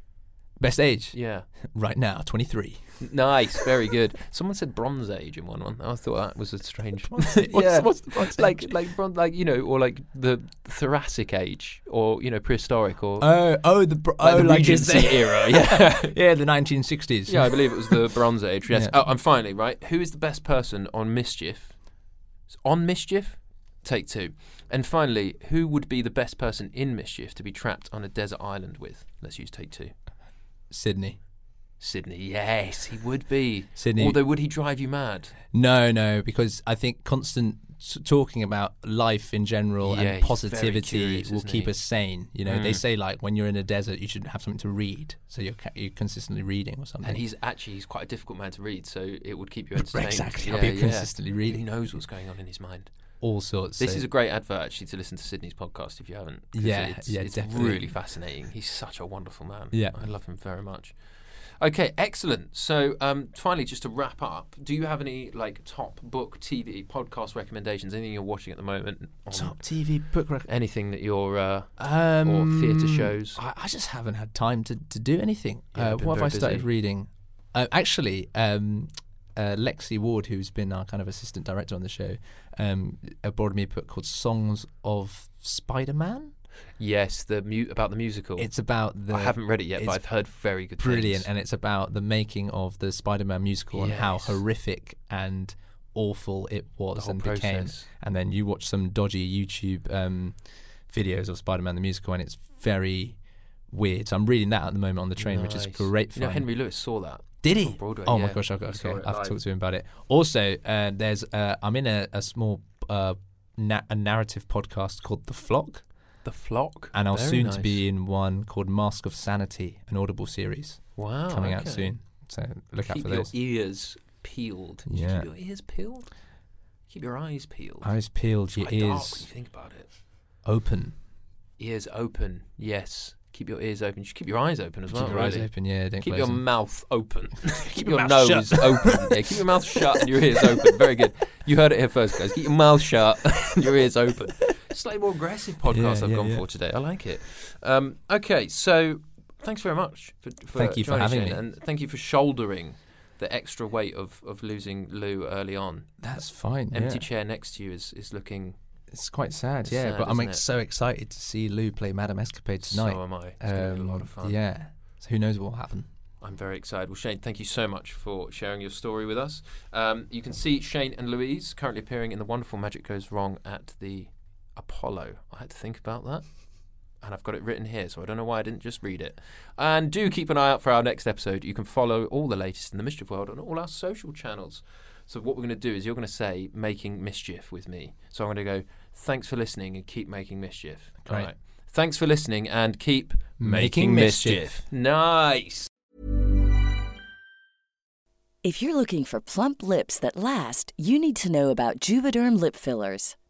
Speaker 4: Best age
Speaker 2: Yeah.
Speaker 4: right now, 23.
Speaker 2: Nice. Very good. Someone said Bronze Age in one one. I thought that was a strange.
Speaker 4: Yeah.
Speaker 2: what's, what's the bronze like like bronze like you know or like the Thoracic Age or you know prehistoric or
Speaker 4: Oh, oh, the br-
Speaker 2: Uh, like
Speaker 4: oh,
Speaker 2: the
Speaker 4: like is
Speaker 2: Regency
Speaker 4: it-
Speaker 2: era. Yeah.
Speaker 4: yeah, the 1960s.
Speaker 2: Yeah, I believe it was the Bronze Age. Yes.
Speaker 4: Yeah.
Speaker 2: Oh, and finally, right, who is the best person on mischief? S- On mischief, take two. And finally, who would be the best person in mischief to be trapped on a desert island with? Let's use take two.
Speaker 4: Sydney.
Speaker 2: Sydney. Yes, he would be.
Speaker 4: Sydney-
Speaker 2: Although, would he drive you mad?
Speaker 4: No, no, because I think constant s- talking about life in general
Speaker 2: Yeah, he's very
Speaker 4: and positivity
Speaker 2: curious,
Speaker 4: will
Speaker 2: isn't
Speaker 4: keep
Speaker 2: he? Mm.
Speaker 4: us sane. You know, they say like when you're in a desert, you should have something to read, so you're ca- you're consistently reading or something.
Speaker 2: And he's actually he's quite a difficult man to read, so it would keep you entertained.
Speaker 4: Exactly, I'll be consistently
Speaker 2: Who
Speaker 4: reading.
Speaker 2: knows what's going on in his mind?
Speaker 4: all sorts.
Speaker 2: This
Speaker 4: so-
Speaker 2: is a great advert actually to listen to Sydney's podcast if you haven't. 'cause
Speaker 4: Yeah,
Speaker 2: it's,
Speaker 4: yeah,
Speaker 2: it's
Speaker 4: definitely.
Speaker 2: really fascinating. He's such a wonderful man.
Speaker 4: Yeah.
Speaker 2: I love him very much. Okay, excellent. So, um, finally, just to wrap up, do you have any like top book, TV, podcast recommendations? Anything you're watching at the moment? On
Speaker 4: top TV book rec-
Speaker 2: Anything that you're? Uh,
Speaker 4: um,
Speaker 2: theatre shows?
Speaker 4: I, I just haven't had time to, to do anything.
Speaker 2: Yeah,
Speaker 4: uh,
Speaker 2: been
Speaker 4: what have
Speaker 2: very
Speaker 4: I started
Speaker 2: busy.
Speaker 4: reading? Uh, actually, um, uh, Lexi Ward, who's been our kind of assistant director on the show, um, uh, brought me a book called Songs of Spider Man.
Speaker 2: yes, the mu- about the musical.
Speaker 4: It's about the.
Speaker 2: I haven't read it yet, but I've
Speaker 4: it's
Speaker 2: heard very good.
Speaker 4: Brilliant,
Speaker 2: things.
Speaker 4: and it's about the making of the Spider Man musical and how
Speaker 2: Yes.
Speaker 4: horrific and awful it was
Speaker 2: whole
Speaker 4: and became.
Speaker 2: process.
Speaker 4: And then you watch some dodgy YouTube um, videos of Spider Man the musical, and it's very weird. So I'm reading that at the moment on the train, which is
Speaker 2: Nice.
Speaker 4: great fun.
Speaker 2: You know, Henry Lewis saw that.
Speaker 4: Did
Speaker 2: on
Speaker 4: he?
Speaker 2: Broadway,
Speaker 4: oh my
Speaker 2: yeah.
Speaker 4: gosh! I've, got-
Speaker 2: He saw
Speaker 4: okay,
Speaker 2: it
Speaker 4: I've
Speaker 2: live.
Speaker 4: talked to him about it. Also, uh, there's uh, I'm in a, a small uh, na- a narrative podcast called The Flock,
Speaker 2: The Flock,
Speaker 4: and I'll
Speaker 2: Very
Speaker 4: soon
Speaker 2: nice.
Speaker 4: to be in one called Mask of Sanity, an Audible series
Speaker 2: wow
Speaker 4: coming out
Speaker 2: Oh, okay.
Speaker 4: soon. So look out
Speaker 2: keep
Speaker 4: for
Speaker 2: your
Speaker 4: those.
Speaker 2: ears peeled. Do you
Speaker 4: Yeah.
Speaker 2: keep your ears peeled? Keep your eyes peeled.
Speaker 4: Eyes peeled,
Speaker 2: It's
Speaker 4: your
Speaker 2: quite dark when you
Speaker 4: ears
Speaker 2: think about it.
Speaker 4: open.
Speaker 2: Ears open. Yes. Keep your ears open. You should keep your eyes open as well.
Speaker 4: Keep your eyes
Speaker 2: really.
Speaker 4: open, yeah. Don't
Speaker 2: Keep
Speaker 4: close
Speaker 2: your
Speaker 4: them.
Speaker 2: mouth open. keep your
Speaker 4: your mouth
Speaker 2: nose
Speaker 4: shut.
Speaker 2: open. Yeah, keep your mouth shut and your ears open. Very good. You heard it here first, guys. Keep your mouth shut and your ears open. Slightly more aggressive podcast
Speaker 4: Yeah,
Speaker 2: I've
Speaker 4: yeah,
Speaker 2: gone
Speaker 4: yeah.
Speaker 2: for today. I like it. Um, okay, so thanks very much for, for
Speaker 4: Thank you for
Speaker 2: joining us,
Speaker 4: having
Speaker 2: Shane,
Speaker 4: me.
Speaker 2: and thank you for shouldering the extra weight of, of losing Lou early on.
Speaker 4: That's fine.
Speaker 2: Empty
Speaker 4: yeah.
Speaker 2: chair next to you is, is looking.
Speaker 4: It's quite sad,
Speaker 2: It's
Speaker 4: yeah.
Speaker 2: sad,
Speaker 4: but I'm
Speaker 2: isn't
Speaker 4: ex-
Speaker 2: it?
Speaker 4: so excited to see Lou play Madame Escapade tonight.
Speaker 2: So am I. It's gonna be a lot
Speaker 4: Um,
Speaker 2: of fun.
Speaker 4: Yeah. So who knows what will happen?
Speaker 2: I'm very excited. Well, Shane, thank you so much for sharing your story with us. Um, you can see Shane and Louise currently appearing in the wonderful Magic Goes Wrong at the Apollo. I had to think about that. And I've got it written here, so I don't know why I didn't just read it. And do keep an eye out for our next episode. You can follow all the latest in the Mischief World on all our social channels. So, what we're going to do is you're going to say, making mischief with me. So, I'm going to go, thanks for listening and keep making mischief. All
Speaker 4: Great.
Speaker 2: right. Thanks for listening and keep
Speaker 4: Making mischief.
Speaker 2: Nice.
Speaker 5: If you're looking for plump lips that last, you need to know about Juvederm lip fillers.